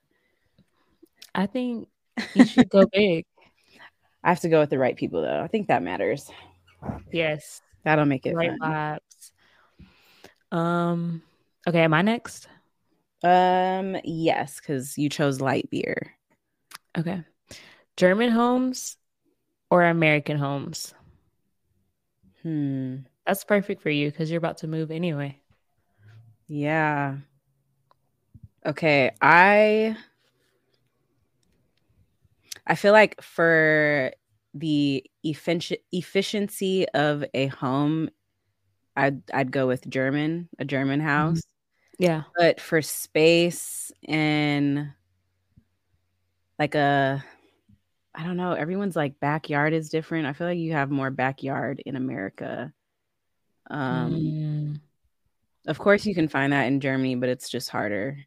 B: I think you should [laughs] go big.
A: I have to go with the right people though. I think that matters.
B: Yes.
A: That'll make it
B: Right
A: fun.
B: vibes. Um okay, am I next?
A: Um, yes, because you chose light beer.
B: Okay. German homes or American homes?
A: Hmm.
B: That's perfect for you because you're about to move anyway.
A: Yeah. Okay. I I feel like for the effici- efficiency of a home, I'd I'd go with German, a German house.
B: Yeah.
A: But for space and like a I don't know, everyone's like backyard is different. I feel like you have more backyard in America. Um
B: Mm,
A: of course you can find that in Germany, but it's just harder.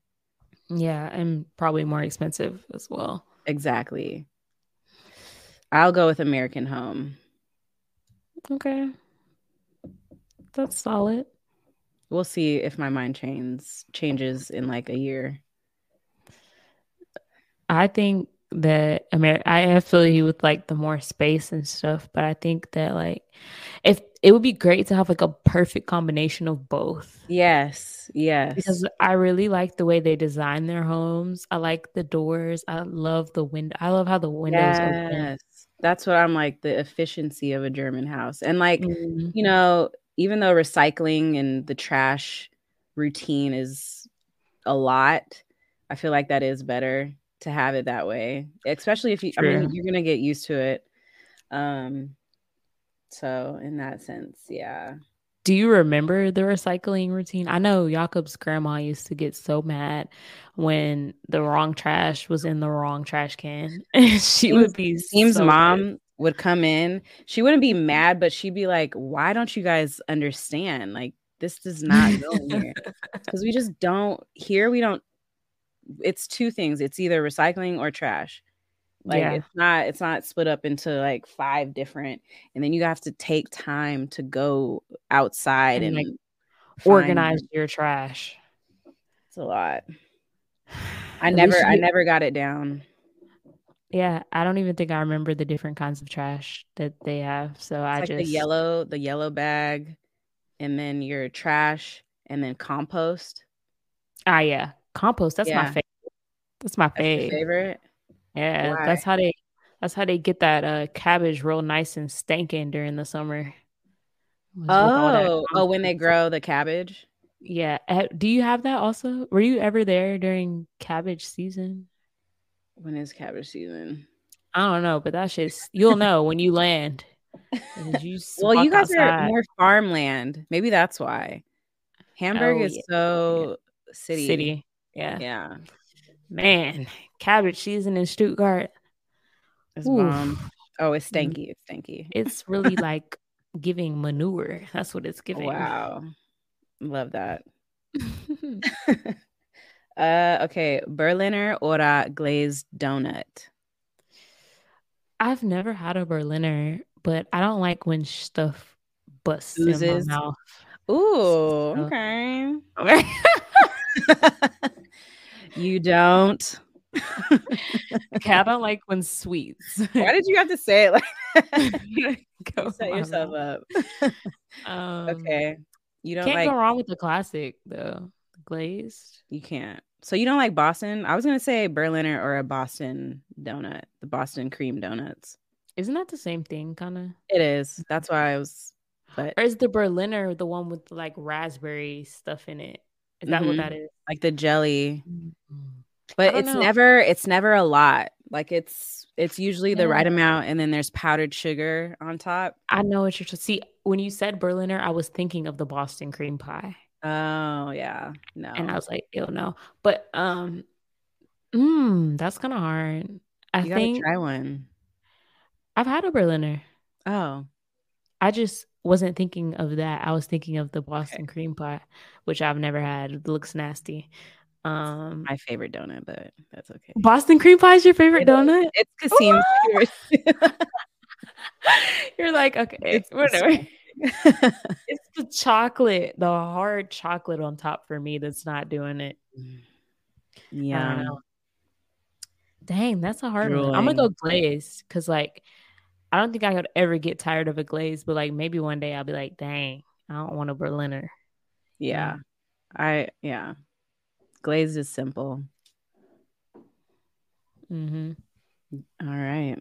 B: yeah, and probably more expensive as well.
A: Exactly. I'll go with American home.
B: Okay. That's solid.
A: We'll see if my mind changes changes in like a year.
B: I think that America, I affiliate you with like the more space and stuff, but I think that like if it would be great to have like a perfect combination of both.
A: Yes. Yes.
B: Because I really like the way they design their homes. I like the doors. I love the window. I love how the windows open.
A: yes. That's what I'm like the efficiency of a German house. And like,
B: Mhm.
A: you know, even though recycling and the trash routine is a lot, I feel like that is better to have it that way, especially if you, I
B: True.
A: mean, you're going to get used to it. Um, so in that sense, yeah.
B: Do you remember the recycling routine? I know Jakob's grandma used to get so mad when the wrong trash was in the wrong trash can. [laughs] she would be
A: Seems
B: so
A: mom would come in. She wouldn't be mad, but she'd be like, "Why don't you guys understand? Like this does not go in
B: [laughs]
A: here because we just don't here. We don't. It's two things. It's either recycling or trash. Like
B: Yeah.
A: it's not. It's not split up into like five different. And then you have to take time to go outside
B: And,
A: and,
B: like,
A: find-
B: organized your trash.
A: It's a lot. I
B: At
A: never.
B: least
A: I
B: you-
A: never got it down.
B: Yeah, I don't even think I remember the different kinds of trash that they have. So I
A: It's like
B: just
A: the yellow, the yellow bag, and then your trash, and then compost.
B: Ah, yeah, compost. That's my
A: Yeah.
B: favorite. That's my
A: That's your
B: favorite.
A: favorite.
B: Yeah, that's how they. That's how they get that uh, cabbage real nice and stinking during the summer. Was with all that
A: Oh, oh, when they
B: compost.
A: grow the cabbage.
B: Yeah. Eh, Do you have that also? Were you ever there during cabbage season?
A: When is cabbage season?
B: I don't know, but that's just
A: [laughs]
B: you'll know when you land. 'cause You just
A: Well, you
B: walk
A: guys
B: outside.
A: are more farmland. Maybe that's why. Hamburg
B: Oh,
A: is
B: yeah.
A: so city.
B: city. Yeah.
A: Yeah.
B: Man, cabbage season in Stuttgart.
A: It's
B: Oof.
A: bomb. Oh, it's
B: Mm.
A: stanky. It's stanky.
B: It's really like giving manure. That's what it's giving. [laughs]
A: Wow. Love that. uh okay. Berliner oder glazed donut.
B: I've never had a Berliner, but I don't like when stuff busts
A: Oozes.
B: in my
A: [laughs]
B: mouth.
A: Ooh,
B: So-
A: [laughs] okay.
B: I
A: you
B: [laughs]
A: don't.
B: don't like when sweets. [laughs]
A: Why did you have to say it like that? [laughs]
B: Go
A: You set
B: my
A: yourself
B: mouth.
A: up.
B: Um,
A: Okay. You don't
B: Can't
A: like
B: go wrong with the classic though. Glazed.
A: you can't. So you don't like Boston? I was gonna say Berliner or a Boston donut, the Boston cream donuts.
B: Isn't that the same thing, kind of?
A: It is. That's why I was but
B: Or is the Berliner the one with like raspberry stuff in it? Is that
A: Mhm.
B: what that is?
A: like the jelly. Mm-hmm.
B: I
A: But
B: don't
A: it's
B: know.
A: never it's never a lot. Like it's it's usually the right
B: Yeah.
A: amount and then there's powdered sugar on top.
B: I know what you're. See, when you said Berliner, I was thinking of the Boston cream pie,
A: Oh yeah. No.
B: and I was like, "Ew, no." But um, mm, that's kind of hard. I
A: you gotta
B: think
A: try one.
B: I've had a Berliner.
A: Oh.
B: I just wasn't thinking of that. I was thinking of the Boston cream pie, which I've never had. It looks nasty. Um,
A: My favorite donut, but that's okay.
B: Boston cream pie is your
A: It
B: favorite
A: is.
B: donut? [laughs]
A: It's Cassim's
B: You're like, okay,
A: It's the
B: whatever.
A: sweet. favorite.
B: [laughs] It's the chocolate, the hard chocolate on top for me that's not doing it. I
A: [laughs]
B: don't
A: yeah.
B: know. Um, Dang, that's a hard one. I'm gonna go
A: Drooling.
B: glazed because like I don't think I could ever get tired of a glaze, but like maybe one day I'll be like, dang, I don't want a Berliner.
A: Yeah. I yeah. Glazed is simple.
B: Mm-hmm.
A: All right.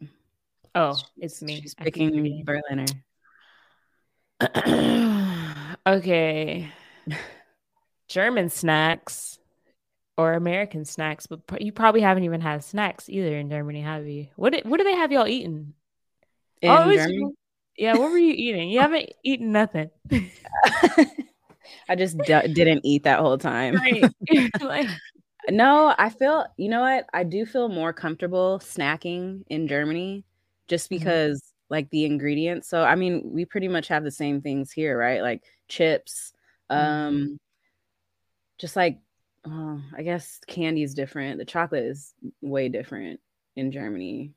B: Oh, it's me.
A: She's
B: I keep
A: picking
B: forgetting.
A: Berliner.
B: [clears throat] okay. German snacks or American snacks, but pr- you probably haven't even had snacks either in Germany, have you? What did, what do they have y'all eating?
A: In
B: Oh, it's-
A: German.
B: Yeah, what were you
A: [laughs]
B: eating? You haven't eaten nothing.
A: I just d- didn't eat that whole time.
B: Right. [laughs] Like,
A: No, I feel you know what? I do feel more comfortable snacking in Germany just because like the ingredients. So I mean, we pretty much have the same things here, right? Like chips,
B: Mhm.
A: um just like oh, I guess candy is different. The chocolate is way different in Germany.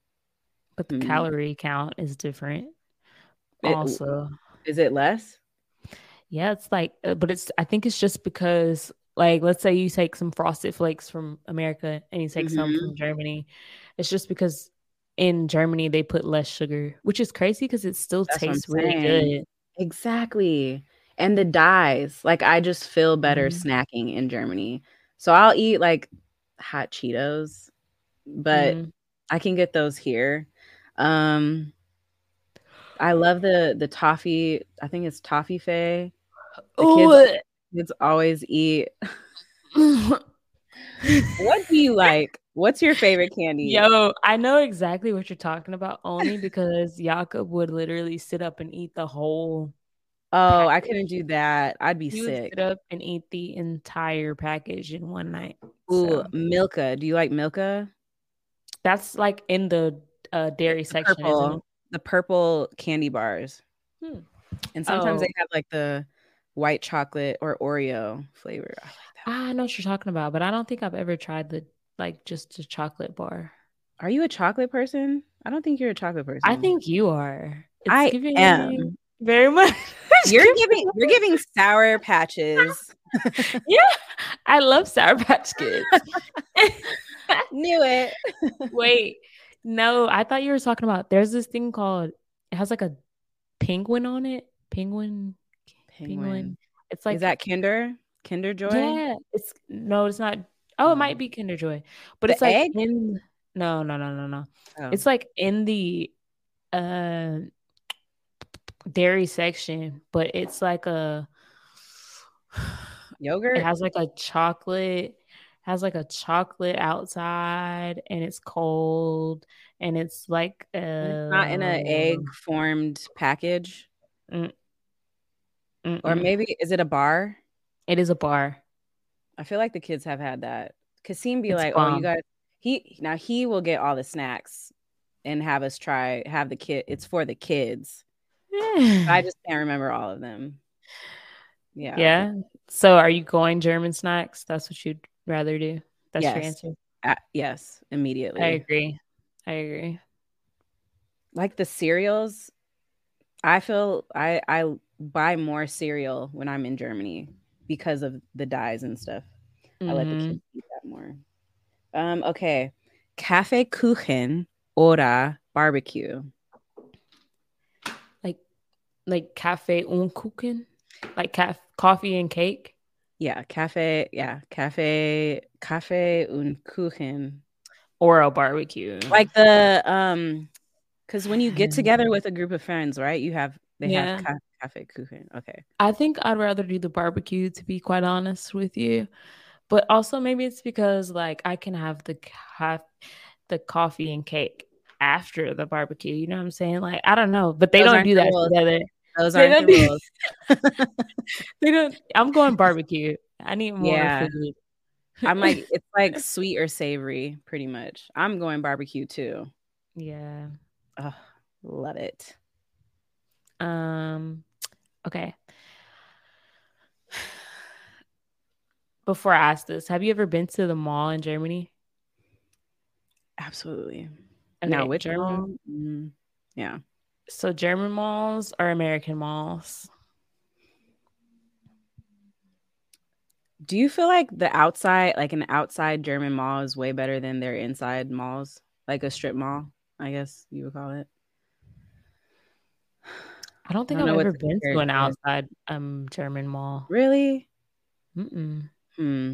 B: but the
A: Mm.
B: calorie count is different.
A: It-
B: also,
A: Is it less?
B: yeah, it's like, uh, but it's. I think it's just because Like, let's say you take some frosted flakes from America and you take some
A: Mhm.
B: from Germany. It's just because in Germany they put less sugar, which is crazy because it still
A: That's what I'm
B: tastes really
A: saying.
B: good.
A: Exactly. And the dyes. Like I just feel better
B: Mhm.
A: snacking in Germany. So I'll eat like hot Cheetos, but
B: Mhm.
A: I can get those here. Um I love the the toffee. I think it's toffee fay. the Kids always eat. [laughs]
B: Ooh. [laughs]
A: What do you like? What's your favorite candy?
B: Yo, I know exactly what you're talking about only because Jakob would literally sit up and eat the whole
A: Oh, I couldn't do that. I'd be
B: he would
A: sick.
B: sit up and eat the entire package in one night.
A: Ooh,
B: So,
A: Milka. Do you like Milka?
B: that's like in the uh, dairy section. isn't
A: purple. The purple candy bars.
B: Hmm.
A: And sometimes
B: Oh.
A: they have like the white chocolate or Oreo flavor. I like
B: it?
A: that.
B: I know what you're talking about, but I don't think I've ever tried the like just a chocolate bar.
A: Are you a chocolate person? I don't think you're a chocolate person.
B: I think you are. It's
A: Mm. I
B: giving
A: am.
B: very [laughs] much. It's
A: You're
B: giving-
A: giving you're giving sour patches.
B: yeah. I love Sour Patch
A: [laughs]
B: Kids. [laughs]
A: Knew it.
B: Wait, no, I thought you were talking about. There's this thing called. It has like a penguin on it. Penguin.
A: Penguin.
B: It's like
A: Is that Kinder? Kinder Joy?
B: Yeah, it's no, it's not. Oh, it might
A: No.
B: be Kinder Joy, but
A: The
B: it's like
A: egg?
B: in no, no, no, no, no.
A: Oh.
B: It's like in the uh dairy section, but it's like a
A: yogurt.
B: it has like a chocolate has like a chocolate outside and it's cold and it's like uh
A: And it's not in an egg formed package. Or maybe is it a bar?
B: it is a bar.
A: I feel like the kids have had that. Kasim be
B: It's
A: like, oh,
B: bomb.
A: you guys. He now he will get all the snacks and have us try have the kid. It's for the kids. But
B: [sighs] [laughs]
A: I just can't remember all of them. Yeah.
B: Yeah. So are you going German snacks? That's what you'd rather do. That's your
A: Yes,
B: answer.
A: Uh, yes, immediately.
B: I agree. I agree.
A: Like the cereals, I feel I I buy more cereal when I'm in Germany because of the dyes and stuff. I let the
B: Mhm.
A: kids eat that more. Um, okay. Cafe Kuchen oder barbecue.
B: Like like cafe und Kuchen, like caf- coffee and cake.
A: Yeah, cafe. Yeah, cafe, cafe und Kuchen.
B: Or a barbecue.
A: Like the um, because when you get together with a group of friends, right? You have they
B: Yeah.
A: have ca- cafe Kuchen. Okay,
B: I think I'd rather do the barbecue to be quite honest with you. But also maybe it's because like I can have the ca- the coffee and cake after the barbecue. You know what I'm saying? Like I don't know, but they
A: Those
B: don't
A: aren't
B: do
A: the
B: that
A: rules.
B: together.
A: those
B: They
A: aren't the
B: don't do-
A: rules.
B: They don't. I'm going barbecue. I need more
A: Yeah.
B: food.
A: I'm [laughs] like it's like sweet or savory, pretty much. I'm going barbecue too.
B: yeah.
A: Ugh, love it.
B: Um. Okay. Before I ask this, have you ever been to the mall in Germany?
A: Absolutely.
B: Okay,
A: now which
B: German.
A: mall? Mm, yeah.
B: So German malls or American malls?
A: Do you feel like the outside, like an outside German mall, is way better than their inside malls, like a strip mall? I guess you would call it.
B: I don't think
A: don't know
B: I've
A: what
B: ever
A: to
B: been
A: compare
B: to
A: it
B: an
A: to.
B: outside um German mall.
A: Really?
B: Mm-mm.
A: Hmm.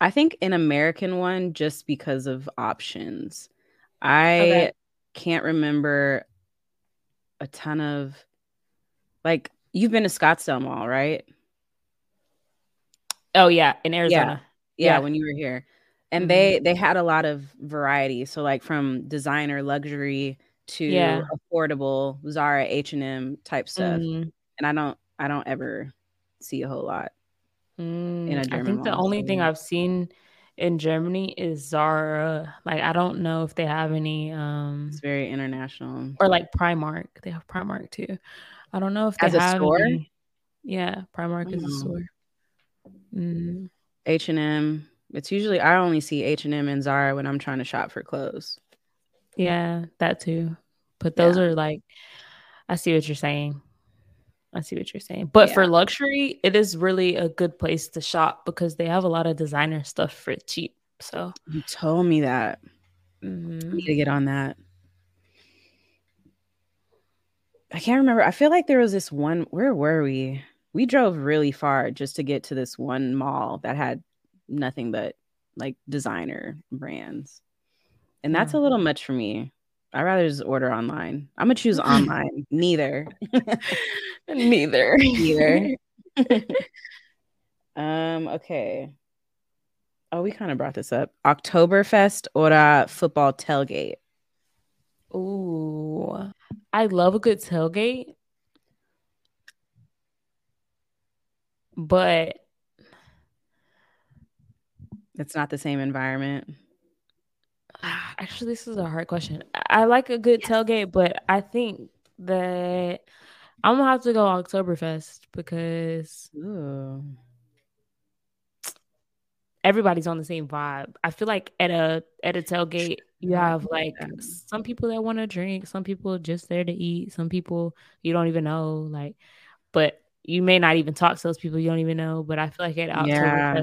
A: I think an American one just because of options. I
B: Okay.
A: can't remember a ton of like you've been to Scottsdale Mall, right?
B: Oh yeah, in Arizona.
A: yeah,
B: Yeah.
A: when you were here and
B: Mhm.
A: they they had a lot of variety so like from designer luxury to
B: Yeah.
A: affordable zara h&m type stuff
B: Mhm.
A: and i don't i don't ever see a whole lot
B: Mm,
A: a
B: I
A: German
B: think the
A: mall,
B: only
A: so-
B: thing I've seen in Germany is Zara. Like I don't know if they have any um
A: it's very international
B: or like Primark. They have Primark too. I don't know if they
A: As a
B: have
A: store?
B: any- Yeah, Primark is a
A: Mm.
B: store. Mm.
A: h&m it's usually i only see h&m and zara when i'm trying to shop for clothes
B: Yeah, that too. But those
A: Yeah.
B: are like, I see what you're saying. I see what you're saying. But for
A: Yeah.
B: luxury, it is really a good place to shop because they have a lot of designer stuff for cheap. So
A: You told me that. I
B: mhm.
A: need to get on that. I can't remember. I feel like there was this one. Where were we? We drove really far just to get to this one mall that had nothing but like designer brands. And that's a little much for me. I'd rather just order online. I'm going to [laughs] choose online. Neither. [laughs]
B: neither.
A: [laughs] Neither. Um, okay. Oh, we kind of brought this up. Oktoberfest or football tailgate.
B: Ooh. I love a good tailgate. But
A: It's not the same environment.
B: Ah, Actually, this is a hard question. I I like a good tailgate, but I think that I'm gonna have to go Oktoberfest because
A: Ooh.
B: everybody's on the same vibe. I feel like at a at a tailgate, you
A: I
B: have
A: get
B: like
A: that.
B: some people that want to drink, some people just there to eat, some people you don't even know, like, but you may not even talk to those people you don't even know. But I feel like at Oktoberfest,
A: Yeah.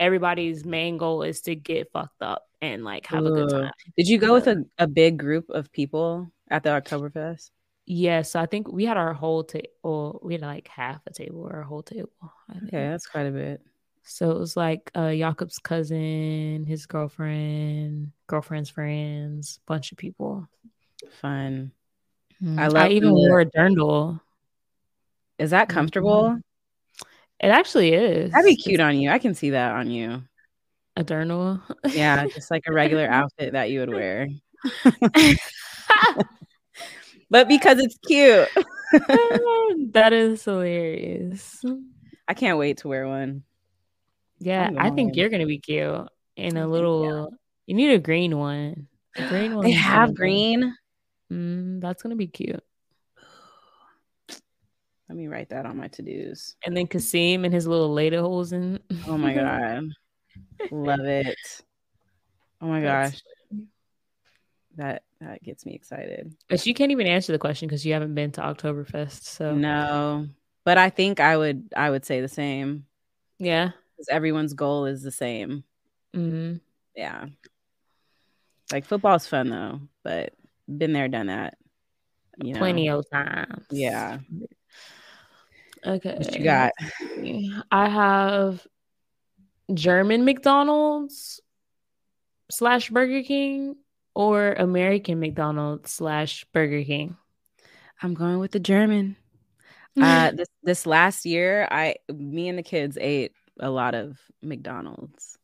B: everybody's main goal is to get fucked up and like have a good
A: Ooh.
B: time.
A: Did you go with a, a big group of people at the Oktoberfest?
B: Yeah, so I think we had our whole table, or we had like half a table or a whole table. I think.
A: Okay, that's quite a bit.
B: So it was like uh Jakob's cousin, his girlfriend, girlfriend's friends, bunch of people.
A: Fun.
B: I,
A: love
B: even
A: the-
B: wore a dirndl.
A: Is that
B: Mhm.
A: comfortable?
B: It actually is.
A: That'd be
B: It's
A: cute on you. I can see that on you.
B: A dirndl.
A: Yeah, just like a [laughs] regular outfit that you would wear. But because it's cute,
B: [laughs] that is hilarious.
A: I can't wait to wear one.
B: Yeah,
A: I'm
B: I think
A: going.
B: you're gonna be cute in
A: I think, yeah.
B: a little. You need a green one. A green one.
A: They have green.
B: Mm, that's gonna be cute.
A: [sighs] Let me write that on my to dos.
B: And then Kasim and his little lady holes in.
A: Oh my god. Love it. Oh my
B: [laughs] That's
A: gosh. That that gets me excited.
B: But you can't even answer the question because you haven't been to Oktoberfest. So
A: No. But I think I would I would say the same.
B: yeah.
A: Because everyone's goal is the same.
B: Mhm.
A: Yeah. Like football's fun though, but been there, done that. You know.
B: Plenty of times.
A: Yeah.
B: Okay.
A: What you got?
B: I have German McDonald's slash Burger King or American McDonald's slash Burger King.
A: I'm going with the
B: [laughs]
A: German. [laughs] Uh this this last year, I me and the kids ate a lot of McDonald's.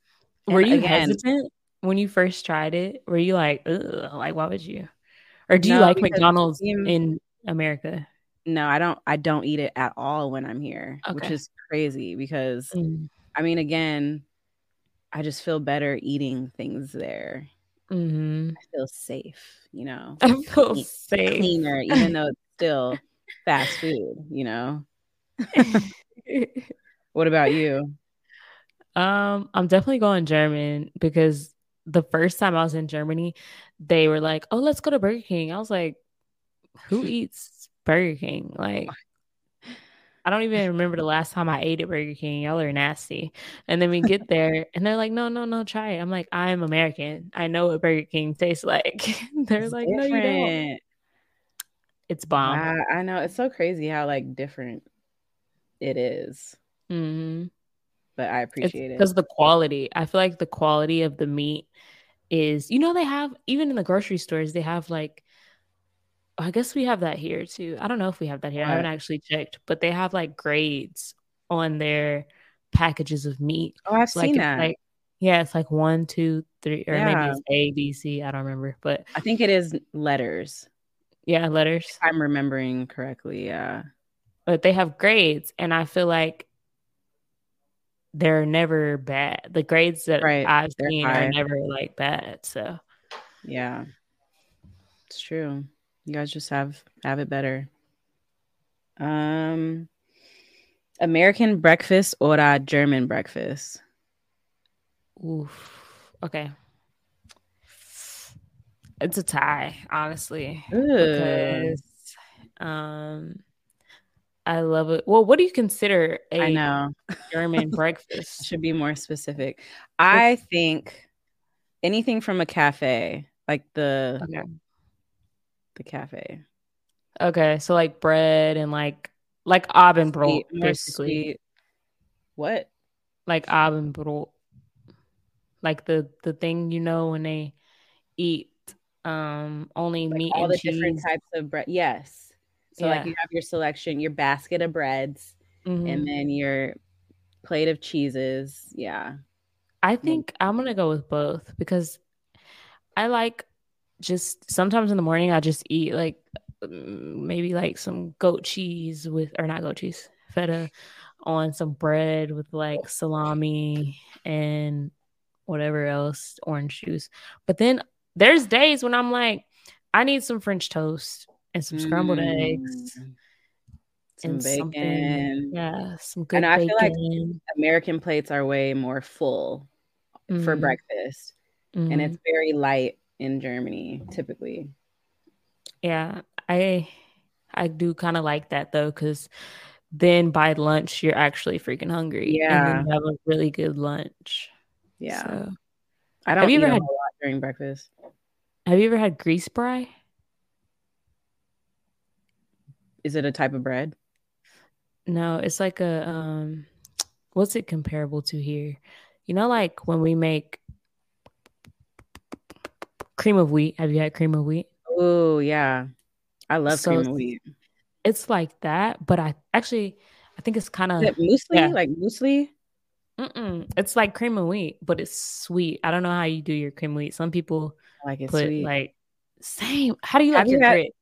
B: Were
A: And
B: you
A: again-
B: hesitant when you first tried it? Were you like, Ugh, like why would you? Or do you
A: No,
B: like
A: because
B: McDonald's
A: you-
B: in America?
A: No, I don't I don't eat it at all when I'm here, which
B: Okay. Mm.
A: is crazy because I mean again, I just feel better eating things there.
B: Mm-hmm.
A: I feel safe, you know.
B: [laughs] I feel
A: Clean-
B: safe.
A: Cleaner,
B: [laughs]
A: even though it's still fast food, you know. What about you?
B: um, I'm definitely going German because the first time I was in Germany, they were like, "Oh, let's go to Burger King." I was like, "Who eats Burger King?" Like, I don't even remember the last time I ate at Burger King. Y'all are nasty. And then we get there, and they're like, "No, no, no, try it." I'm like, "I'm American. I know what Burger King tastes like." [laughs] [laughs] they're
A: It's
B: like, "No, you don't.
A: different.
B: It's bomb."
A: Wow, I know it's so crazy how like different it is,
B: Mhm.
A: but I
B: It's
A: appreciate it.
B: because the quality. I feel like the quality of the meat is, you know, they have even in the grocery stores they have like, I guess we have that here too. I don't know if we have that here. I
A: What?
B: haven't actually checked, but they have like grades on their packages of meat.
A: Oh, I've
B: So, like
A: seen
B: it's
A: that.
B: like yeah, it's like one, two, three, or
A: Yeah.
B: maybe it's A, B, C. I don't remember, but
A: I think it is letters.
B: yeah, letters.
A: If I'm remembering correctly. Yeah.
B: But they have grades, and I feel like they're never bad. The grades that
A: Right,
B: I've
A: they're
B: seen
A: high.
B: are never like bad. So.
A: Yeah. It's true. You guys just have have it better. Um American breakfast or uh, German breakfast.
B: Oof. Okay. It's a tie, honestly,
A: Ooh.
B: because um, I love it. Well, what do you consider
A: I
B: a
A: know. [laughs]
B: German breakfast?
A: Should be more specific. I think anything from a cafe, like the
B: Okay.
A: the cafe,
B: Okay, so like bread and like like Abendbrot,
A: Sweet, more
B: basically.
A: sweet. What?
B: Like Abendbrot. Like the the thing you know when they eat um only
A: Like
B: meat
A: all
B: and
A: the
B: cheese.
A: different types of bread. Yes. So like
B: Yeah.
A: you have your selection, your basket of breads,
B: Mhm.
A: and then your plate of cheeses. Yeah.
B: I think I'm gonna go with both because I like just sometimes in the morning I just eat like mm, maybe like some goat cheese with or not goat cheese feta on some bread with like salami and whatever else orange juice. But then there's days when I'm like I need some French toast and some scrambled eggs.
A: Mm. Some
B: and something-
A: bacon.
B: Yeah, some good
A: And I feel like
B: bacon.
A: American plates are way more full for
B: Mhm,
A: breakfast.
B: mhm.
A: and it's very light in Germany typically.
B: Yeah, I I do kind of like that though, because then by lunch you're actually freaking hungry. and then
A: Yeah.
B: you have a really good lunch.
A: Yeah,
B: So,
A: I don't
B: Have you
A: eat
B: ever
A: a
B: had-
A: whole lot during breakfast.
B: have you ever had grease pie?
A: Is it a type of bread?
B: No, it's like a um, what's it comparable to here? You know, like when we make cream of wheat. Have you had cream of wheat?
A: Oh yeah, I love
B: So
A: cream of
B: it's-
A: wheat.
B: It's like that, but I actually I think it's kind
A: Is
B: of
A: it muesli?
B: yeah.
A: Like muesli?
B: Mm-mm. It's like cream of wheat, but it's sweet. I don't know how you do your cream of wheat. Some people
A: I Like it's
B: put
A: sweet.
B: like same. How do you
A: Have
B: like
A: you
B: your
A: had-
B: grit?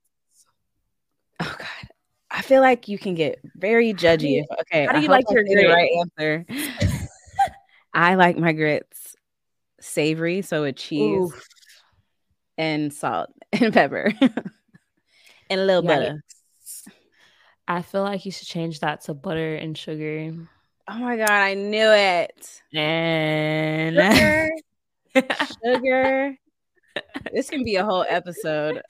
A: oh god, I feel like you can get very
B: do
A: judgy.
B: you-
A: If, okay,
B: how do
A: I
B: you
A: hope
B: like
A: I
B: your
A: say the right answer?
B: [laughs]
A: I like my grits savory, so with cheese
B: Oof.
A: and salt [laughs] and pepper and a little butter.
B: Yikes. I feel like you should change that to butter and sugar.
A: Oh my god, I knew it.
B: And [laughs]
A: Sugar. sugar. this can be a whole episode.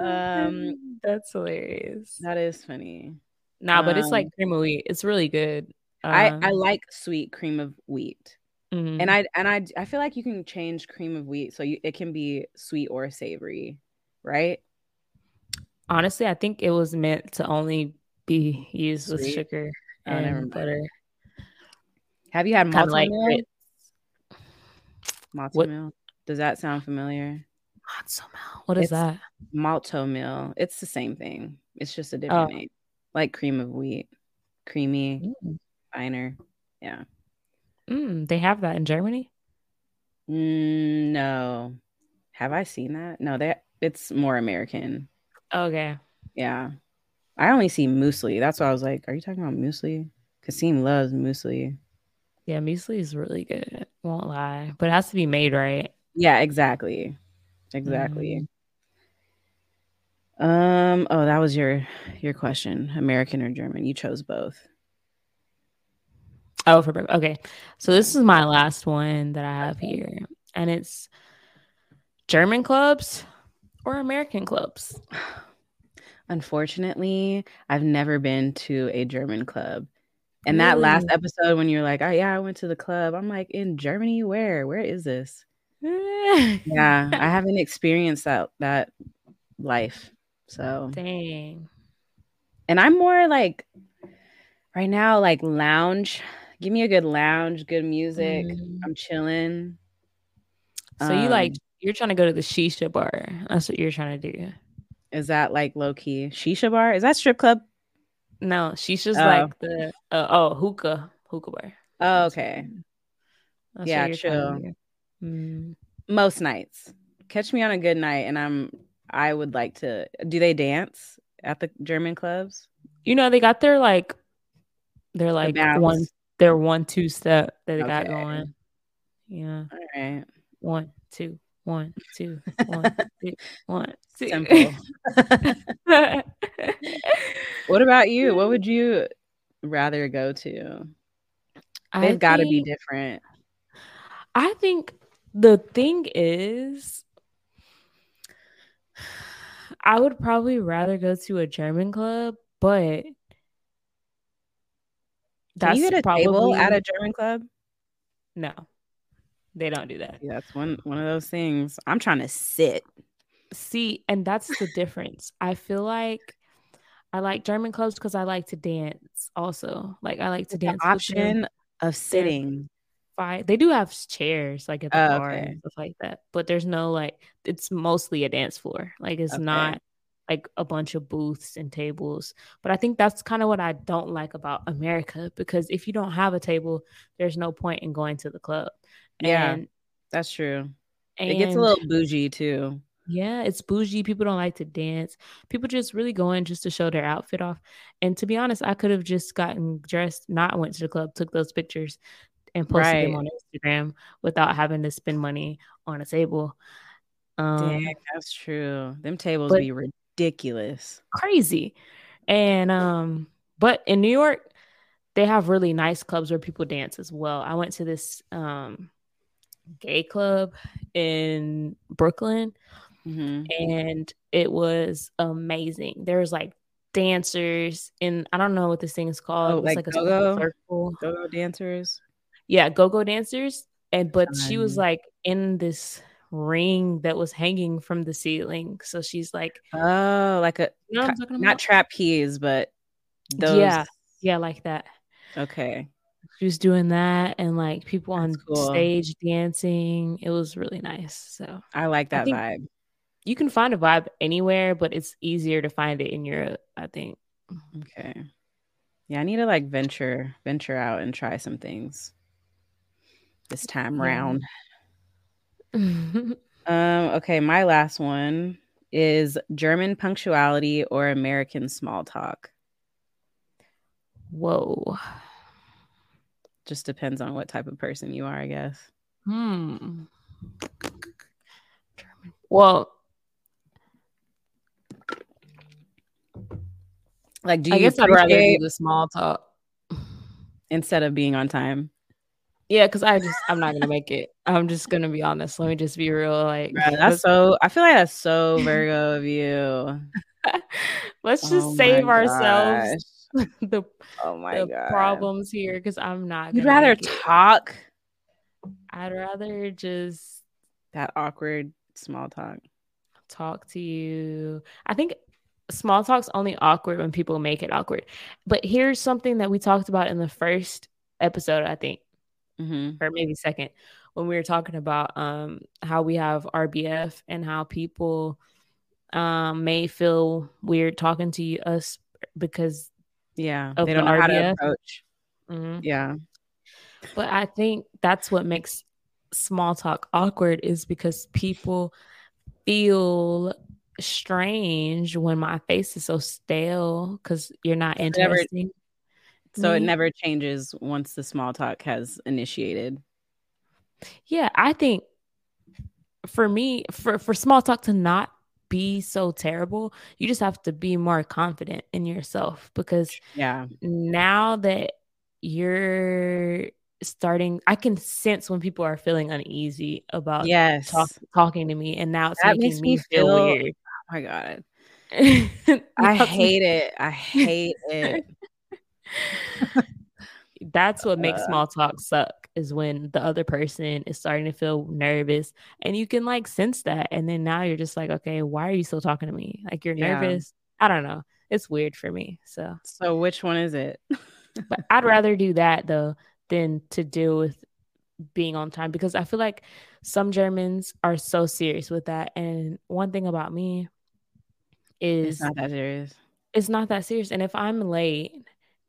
A: Um,
B: [laughs] that's hilarious.
A: That is funny.
B: nah, but it's like
A: um,
B: cream of wheat. It's really good. Uh-huh. Um,
A: I, I like sweet cream of wheat,
B: mm-hmm.
A: and I and I I feel like you can change cream of wheat so you, it can be sweet or savory, right?
B: honestly, I think it was meant to only be used with
A: Sweet.
B: sugar
A: Oh,
B: and
A: never mind.
B: butter.
A: Have you had
B: Kind of
A: malto
B: like
A: meal?
B: grits.
A: Malto
B: What-
A: meal. Does that sound familiar?
B: Matzo meal. What is
A: It's-
B: that?
A: Malto meal. It's the same thing. It's just a different
B: Oh.
A: name, like cream of wheat, creamy,
B: Mm.
A: finer.
B: Mm, they have that in Germany.
A: Mm, no, have I seen that? No, that it's more American.
B: Okay.
A: Yeah. I only see muesli. That's why I was like, are you talking about muesli? Kasim loves muesli.
B: Yeah, muesli is really good. Won't lie, but it has to be made right.
A: Yeah, exactly. Exactly.
B: Mm.
A: Um, oh, that was your your question. American or German? You chose both.
B: Oh, for breakfast. Okay. So this is my last one that I have here, and it's German clubs or American clubs.
A: Unfortunately, I've never been to a German club. And that last
B: Really?
A: episode when you're like, "Oh yeah, I went to the club." I'm like, "In Germany? Where? Where is this?" Yeah, I haven't experienced that that life. So,
B: [laughs] Dang.
A: and I'm more like right now, like lounge. Give me a good lounge, good music.
B: Mm.
A: I'm chilling.
B: So you like
A: Um,
B: you're trying to go to the shisha bar. That's what you're trying to do.
A: Is that like low key shisha bar? Is that strip club?
B: No, shisha's
A: Oh.
B: like the uh, oh hookah hookah bar.
A: Oh,
B: That's what-
A: okay.
B: that's what
A: Yeah,
B: you're trying to
A: chill.
B: do. Mm.
A: Most nights. Catch me on a good night, and I'm. I would like to. Do they dance at the German clubs?
B: You know they got their like they're like
A: bounce.
B: one their one two step that they got
A: Okay.
B: going. Yeah,
A: All right.
B: one two one
A: [laughs]
B: two one two one two. [laughs]
A: Simple. what about you? What would you rather go to? They've got to be
B: think-
A: different.
B: I think the thing is, I would probably rather go to a German club, but
A: Can you get a table at a German club?
B: no. They don't do that.
A: Yeah, that's one one of those things. I'm trying to sit.
B: See, and that's the difference. I feel like I like German clubs because I like to dance also. Like I like to
A: The
B: dance. with them.
A: option of sitting.
B: Fi They do have s- chairs like at the
A: Oh,
B: bar
A: okay.
B: and stuff like that, but there's no like it's mostly a dance floor. Like it's
A: Okay.
B: not like a bunch of booths and tables. But I think that's kind of what I don't like about America because if you don't have a table, there's no point in going to the club.
A: Yeah,
B: And,
A: that's true.
B: and
A: it gets a little bougie too.
B: yeah, it's bougie. People don't like to dance. People just really go in just to show their outfit off. And to be honest, I could have just gotten dressed, not went to the club, took those pictures, and posted them
A: Right.
B: on Instagram without having to spend money on a table. Um,
A: Dang, that's true. Them tables
B: but-
A: be ridiculous.
B: crazy. And um, but in New York, they have really nice clubs where people dance as well. I went to this um gay club in Brooklyn
A: Mhm.
B: and it was amazing. There was like dancers and I don't know what this thing is called.
A: Oh,
B: it's
A: like
B: like a
A: go-go?
B: circle.
A: Go-go dancers.
B: Yeah, go-go dancers. And but she was
A: Fun.
B: like in this ring that was hanging from the ceiling. So she's like,
A: Oh, like a
B: you know what I'm
A: Ca-
B: talking about?
A: not trapeze, but those.
B: Yeah. yeah, like that.
A: Okay.
B: She was doing that and like people on
A: That's cool.
B: stage dancing. It was really nice. So
A: I like that
B: think-
A: vibe.
B: you can find a vibe anywhere, but it's easier to find it in Europe,
A: [laughs]
B: I think.
A: Okay. Yeah, I need to like venture venture out and try some things this time
B: Yeah.
A: round. Um okay, my last one is German punctuality or American small talk.
B: Whoa.
A: Just depends on what type of person you are, I guess.
B: Hmm. German. Well,
A: Like do
B: I
A: you
B: guess I'd rather do
A: appreciate
B: the small talk.
A: instead of being on time?
B: Yeah, because I just I'm not gonna make it. I'm just gonna be honest. Let me just be real. Like
A: Bruh, that's so I feel like that's so Virgo of you.
B: [laughs] let's, let's just
A: Oh
B: save
A: my
B: ourselves [laughs] the,
A: gosh. Oh my
B: the
A: god.
B: problems here because I'm not.
A: You'd
B: gonna
A: rather
B: make it.
A: talk
B: I'd rather just
A: that awkward small talk.
B: talk to you. I think small talk's only awkward when people make it awkward. But here's something that we talked about in the first episode. I think
A: Mm-hmm.
B: or maybe second when we were talking about um how we have RBF and how people um may feel weird talking to you, us because
A: Yeah,
B: of
A: they
B: the
A: don't know how to
B: RBF.
A: approach.
B: mhm.
A: Yeah,
B: but I think that's what makes small talk awkward is because people feel strange when my face is so stale because you're not
A: It's never-
B: interesting.
A: so it
B: Me?
A: never changes once the small talk has initiated.
B: Yeah, I think for me, for for small talk to not be so terrible, you just have to be more confident in yourself because
A: Yeah,
B: now that you're starting, I can sense when people are feeling uneasy about
A: yes.
B: Uh, talk, talking to me, and now it's
A: That
B: making
A: makes
B: me
A: me
B: feel,
A: feel-
B: weird. [laughs]
A: Oh my god, I
B: That's-
A: hate it. I
B: [laughs]
A: hate it.
B: That's what makes
A: Uh.
B: small talk suck is when the other person is starting to feel nervous and you can like sense that. And then now you're just like, okay, why are you still talking to me? Like you're
A: Yeah.
B: nervous. I don't know. It's weird for me. So,
A: So which one is it?
B: but I'd rather do that though than to deal with being on time because I feel like some Germans are so serious with that. And one thing about me
A: It's
B: is
A: not that serious.
B: it's not that serious. And if I'm late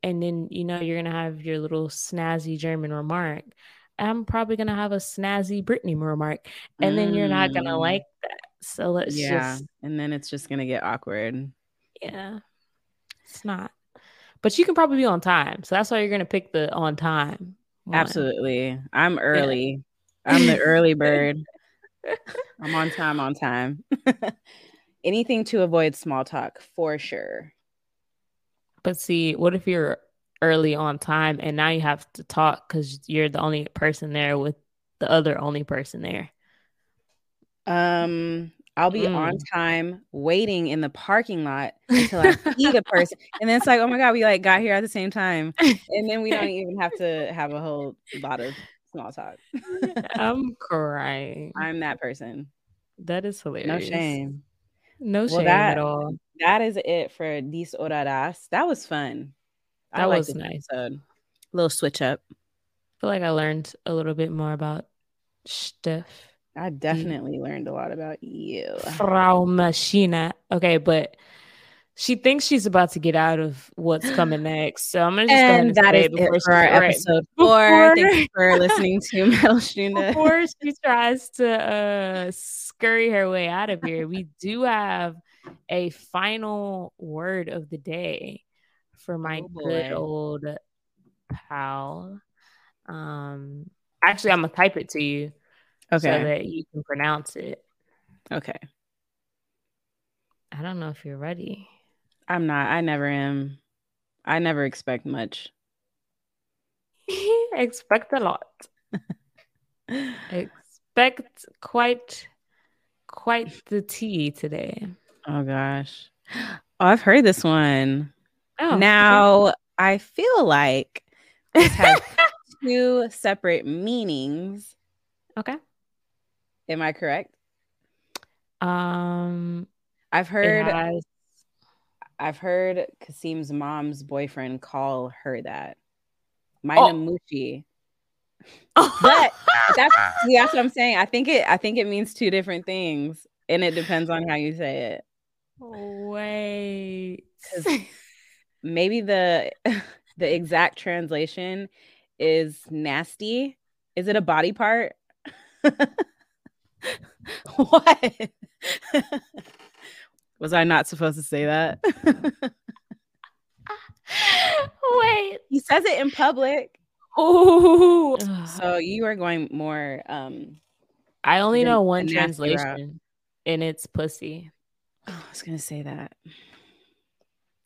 B: and then you know you're gonna have your little snazzy German remark, I'm probably gonna have a snazzy Brittany remark. And then you're not gonna
A: Mm,
B: like that. So let's
A: Yeah,
B: just
A: and then it's just gonna get awkward.
B: yeah. It's not. But you can probably be on time. So that's why you're gonna pick the on time. one.
A: Absolutely, I'm early. I'm
B: [laughs]
A: the early bird. I'm on time. On time. [laughs] Anything to avoid small talk for sure.
B: But see, what if you're early on time and now you have to talk because you're the only person there with the other only person there?
A: Um, I'll be
B: Mm.
A: on time waiting in the parking lot until I see the person. And then it's like, oh my God, we like got here at the same time. And then we
B: [laughs]
A: don't even have to have a whole lot of small talk.
B: [laughs] I'm crying.
A: I'm that person.
B: That is
A: No
B: hilarious.
A: shame.
B: No
A: Well,
B: shame
A: that-
B: at all.
A: That is it for Dis Horas. That was fun.
B: That
A: liked
B: was
A: this
B: nice.
A: Episode. Little switch up.
B: I feel like I learned a little bit more about stuff.
A: I definitely learned a lot about you.
B: Frau Maschina. Okay, but she thinks she's about to get out of what's
A: [gasps]
B: coming next. So I'm gonna just go ahead
A: And
B: and
A: that
B: say
A: is
B: before
A: it for our
B: she- right,
A: episode four. [laughs]
B: Before-
A: Thank you for listening to Metal Shuna.
B: before she tries to uh, scurry her way out of here, we do have a final word of the day for my
A: Oh, boy.
B: good old pal. Um, actually, I'm gonna type it to you so
A: Okay.
B: that you can pronounce it.
A: Okay.
B: I don't know if you're ready. [laughs]
A: I'm not. I never am. I never expect much.
B: Expect a lot.
A: Oh
B: Expect quite, quite the tea today.
A: gosh. Oh, I've heard this one.
B: Oh,
A: now I feel like this [laughs] has two separate meanings.
B: okay.
A: Am I correct?
B: Um,
A: I've
B: it
A: heard
B: has-
A: I've heard Kasim's mom's boyfriend call her that.
B: Oh.
A: Minamushi. [laughs] But that's see, that's what I'm saying. I think it I think it means two different things. And it depends on how you say it.
B: Wait.
A: 'Cause
B: [laughs]
A: [laughs] Maybe the [laughs] the exact translation is nasty. Is it a body part? [laughs] what? [laughs] Was I not supposed to say that? [laughs]
B: Wait.
A: he says it in public.
B: Ooh. Uh-huh.
A: So you are going more um
B: I only
A: the-
B: know
A: the
B: one
A: nasty route.
B: translation, and it's pussy.
A: oh, I was gonna say that.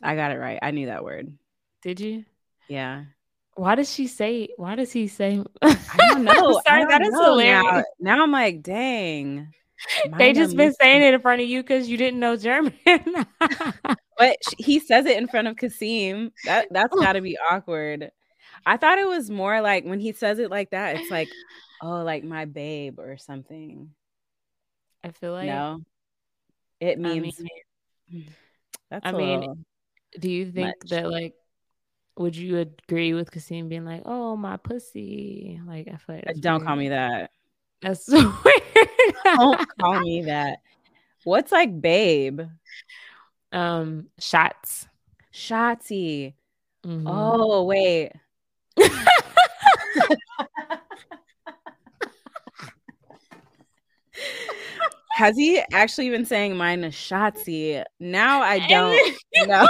A: I got it right. I knew that word.
B: Did you?
A: Yeah.
B: Why does she say? Why does he [laughs] say?
A: I don't know. I
B: Sorry,
A: don't
B: that is
A: know now.
B: hilarious.
A: Now. I'm like, dang.
B: They just been
A: Mama
B: saying it in front of you because you didn't know German. [laughs]
A: But sh- he says it in front of Kasim. That that's
B: Oh.
A: got to be awkward. I thought it was more like when he says it like that,
B: [sighs]
A: it's like, oh, like my babe or something.
B: I feel like.
A: no, it
B: I
A: means.
B: mean,
A: that's
B: I
A: a
B: mean,
A: little-
B: do you think
A: much.
B: that like? Would you agree with Kasim being like, "Oh, my pussy"? Like, I feel like that's
A: don't
B: weird.
A: call me Oh, that.
B: That's [laughs] so weird.
A: Don't call me that. What's like babe?
B: um, shots.
A: Shotzi.
B: Mhm.
A: Oh wait. Has he actually been saying mine is Shotzi? Now [laughs] I
B: [laughs]
A: don't [laughs] know.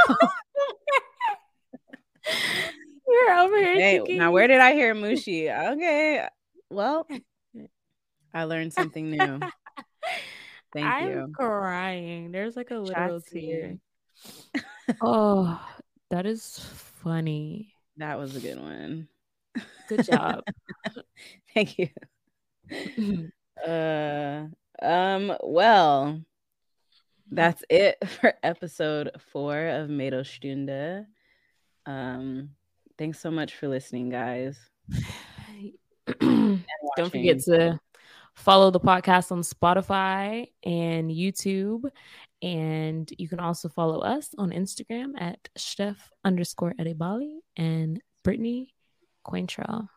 B: You're over here.
A: Hey,
B: thinking-
A: now where did I hear Mushi? Okay. Well, I learned something [laughs] new. Thank
B: I'm
A: you.
B: crying. There's like a little
A: Shotzi. [laughs]
B: tear. oh, that is funny.
A: That was a good one.
B: Good
A: [laughs]
B: job. [clears throat]
A: Thank you. Uh um well that's it [laughs] for episode four of Medo Stunde. Um thanks so much for listening, guys.
B: Don't
A: and
B: forget
A: watching.
B: to follow the podcast on Spotify and YouTube. And you can also follow us on Instagram at Steph underscore Edebali and Brittany Cointrell.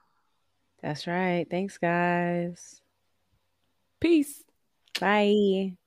A: That's right. Thanks guys.
B: Peace.
A: Bye.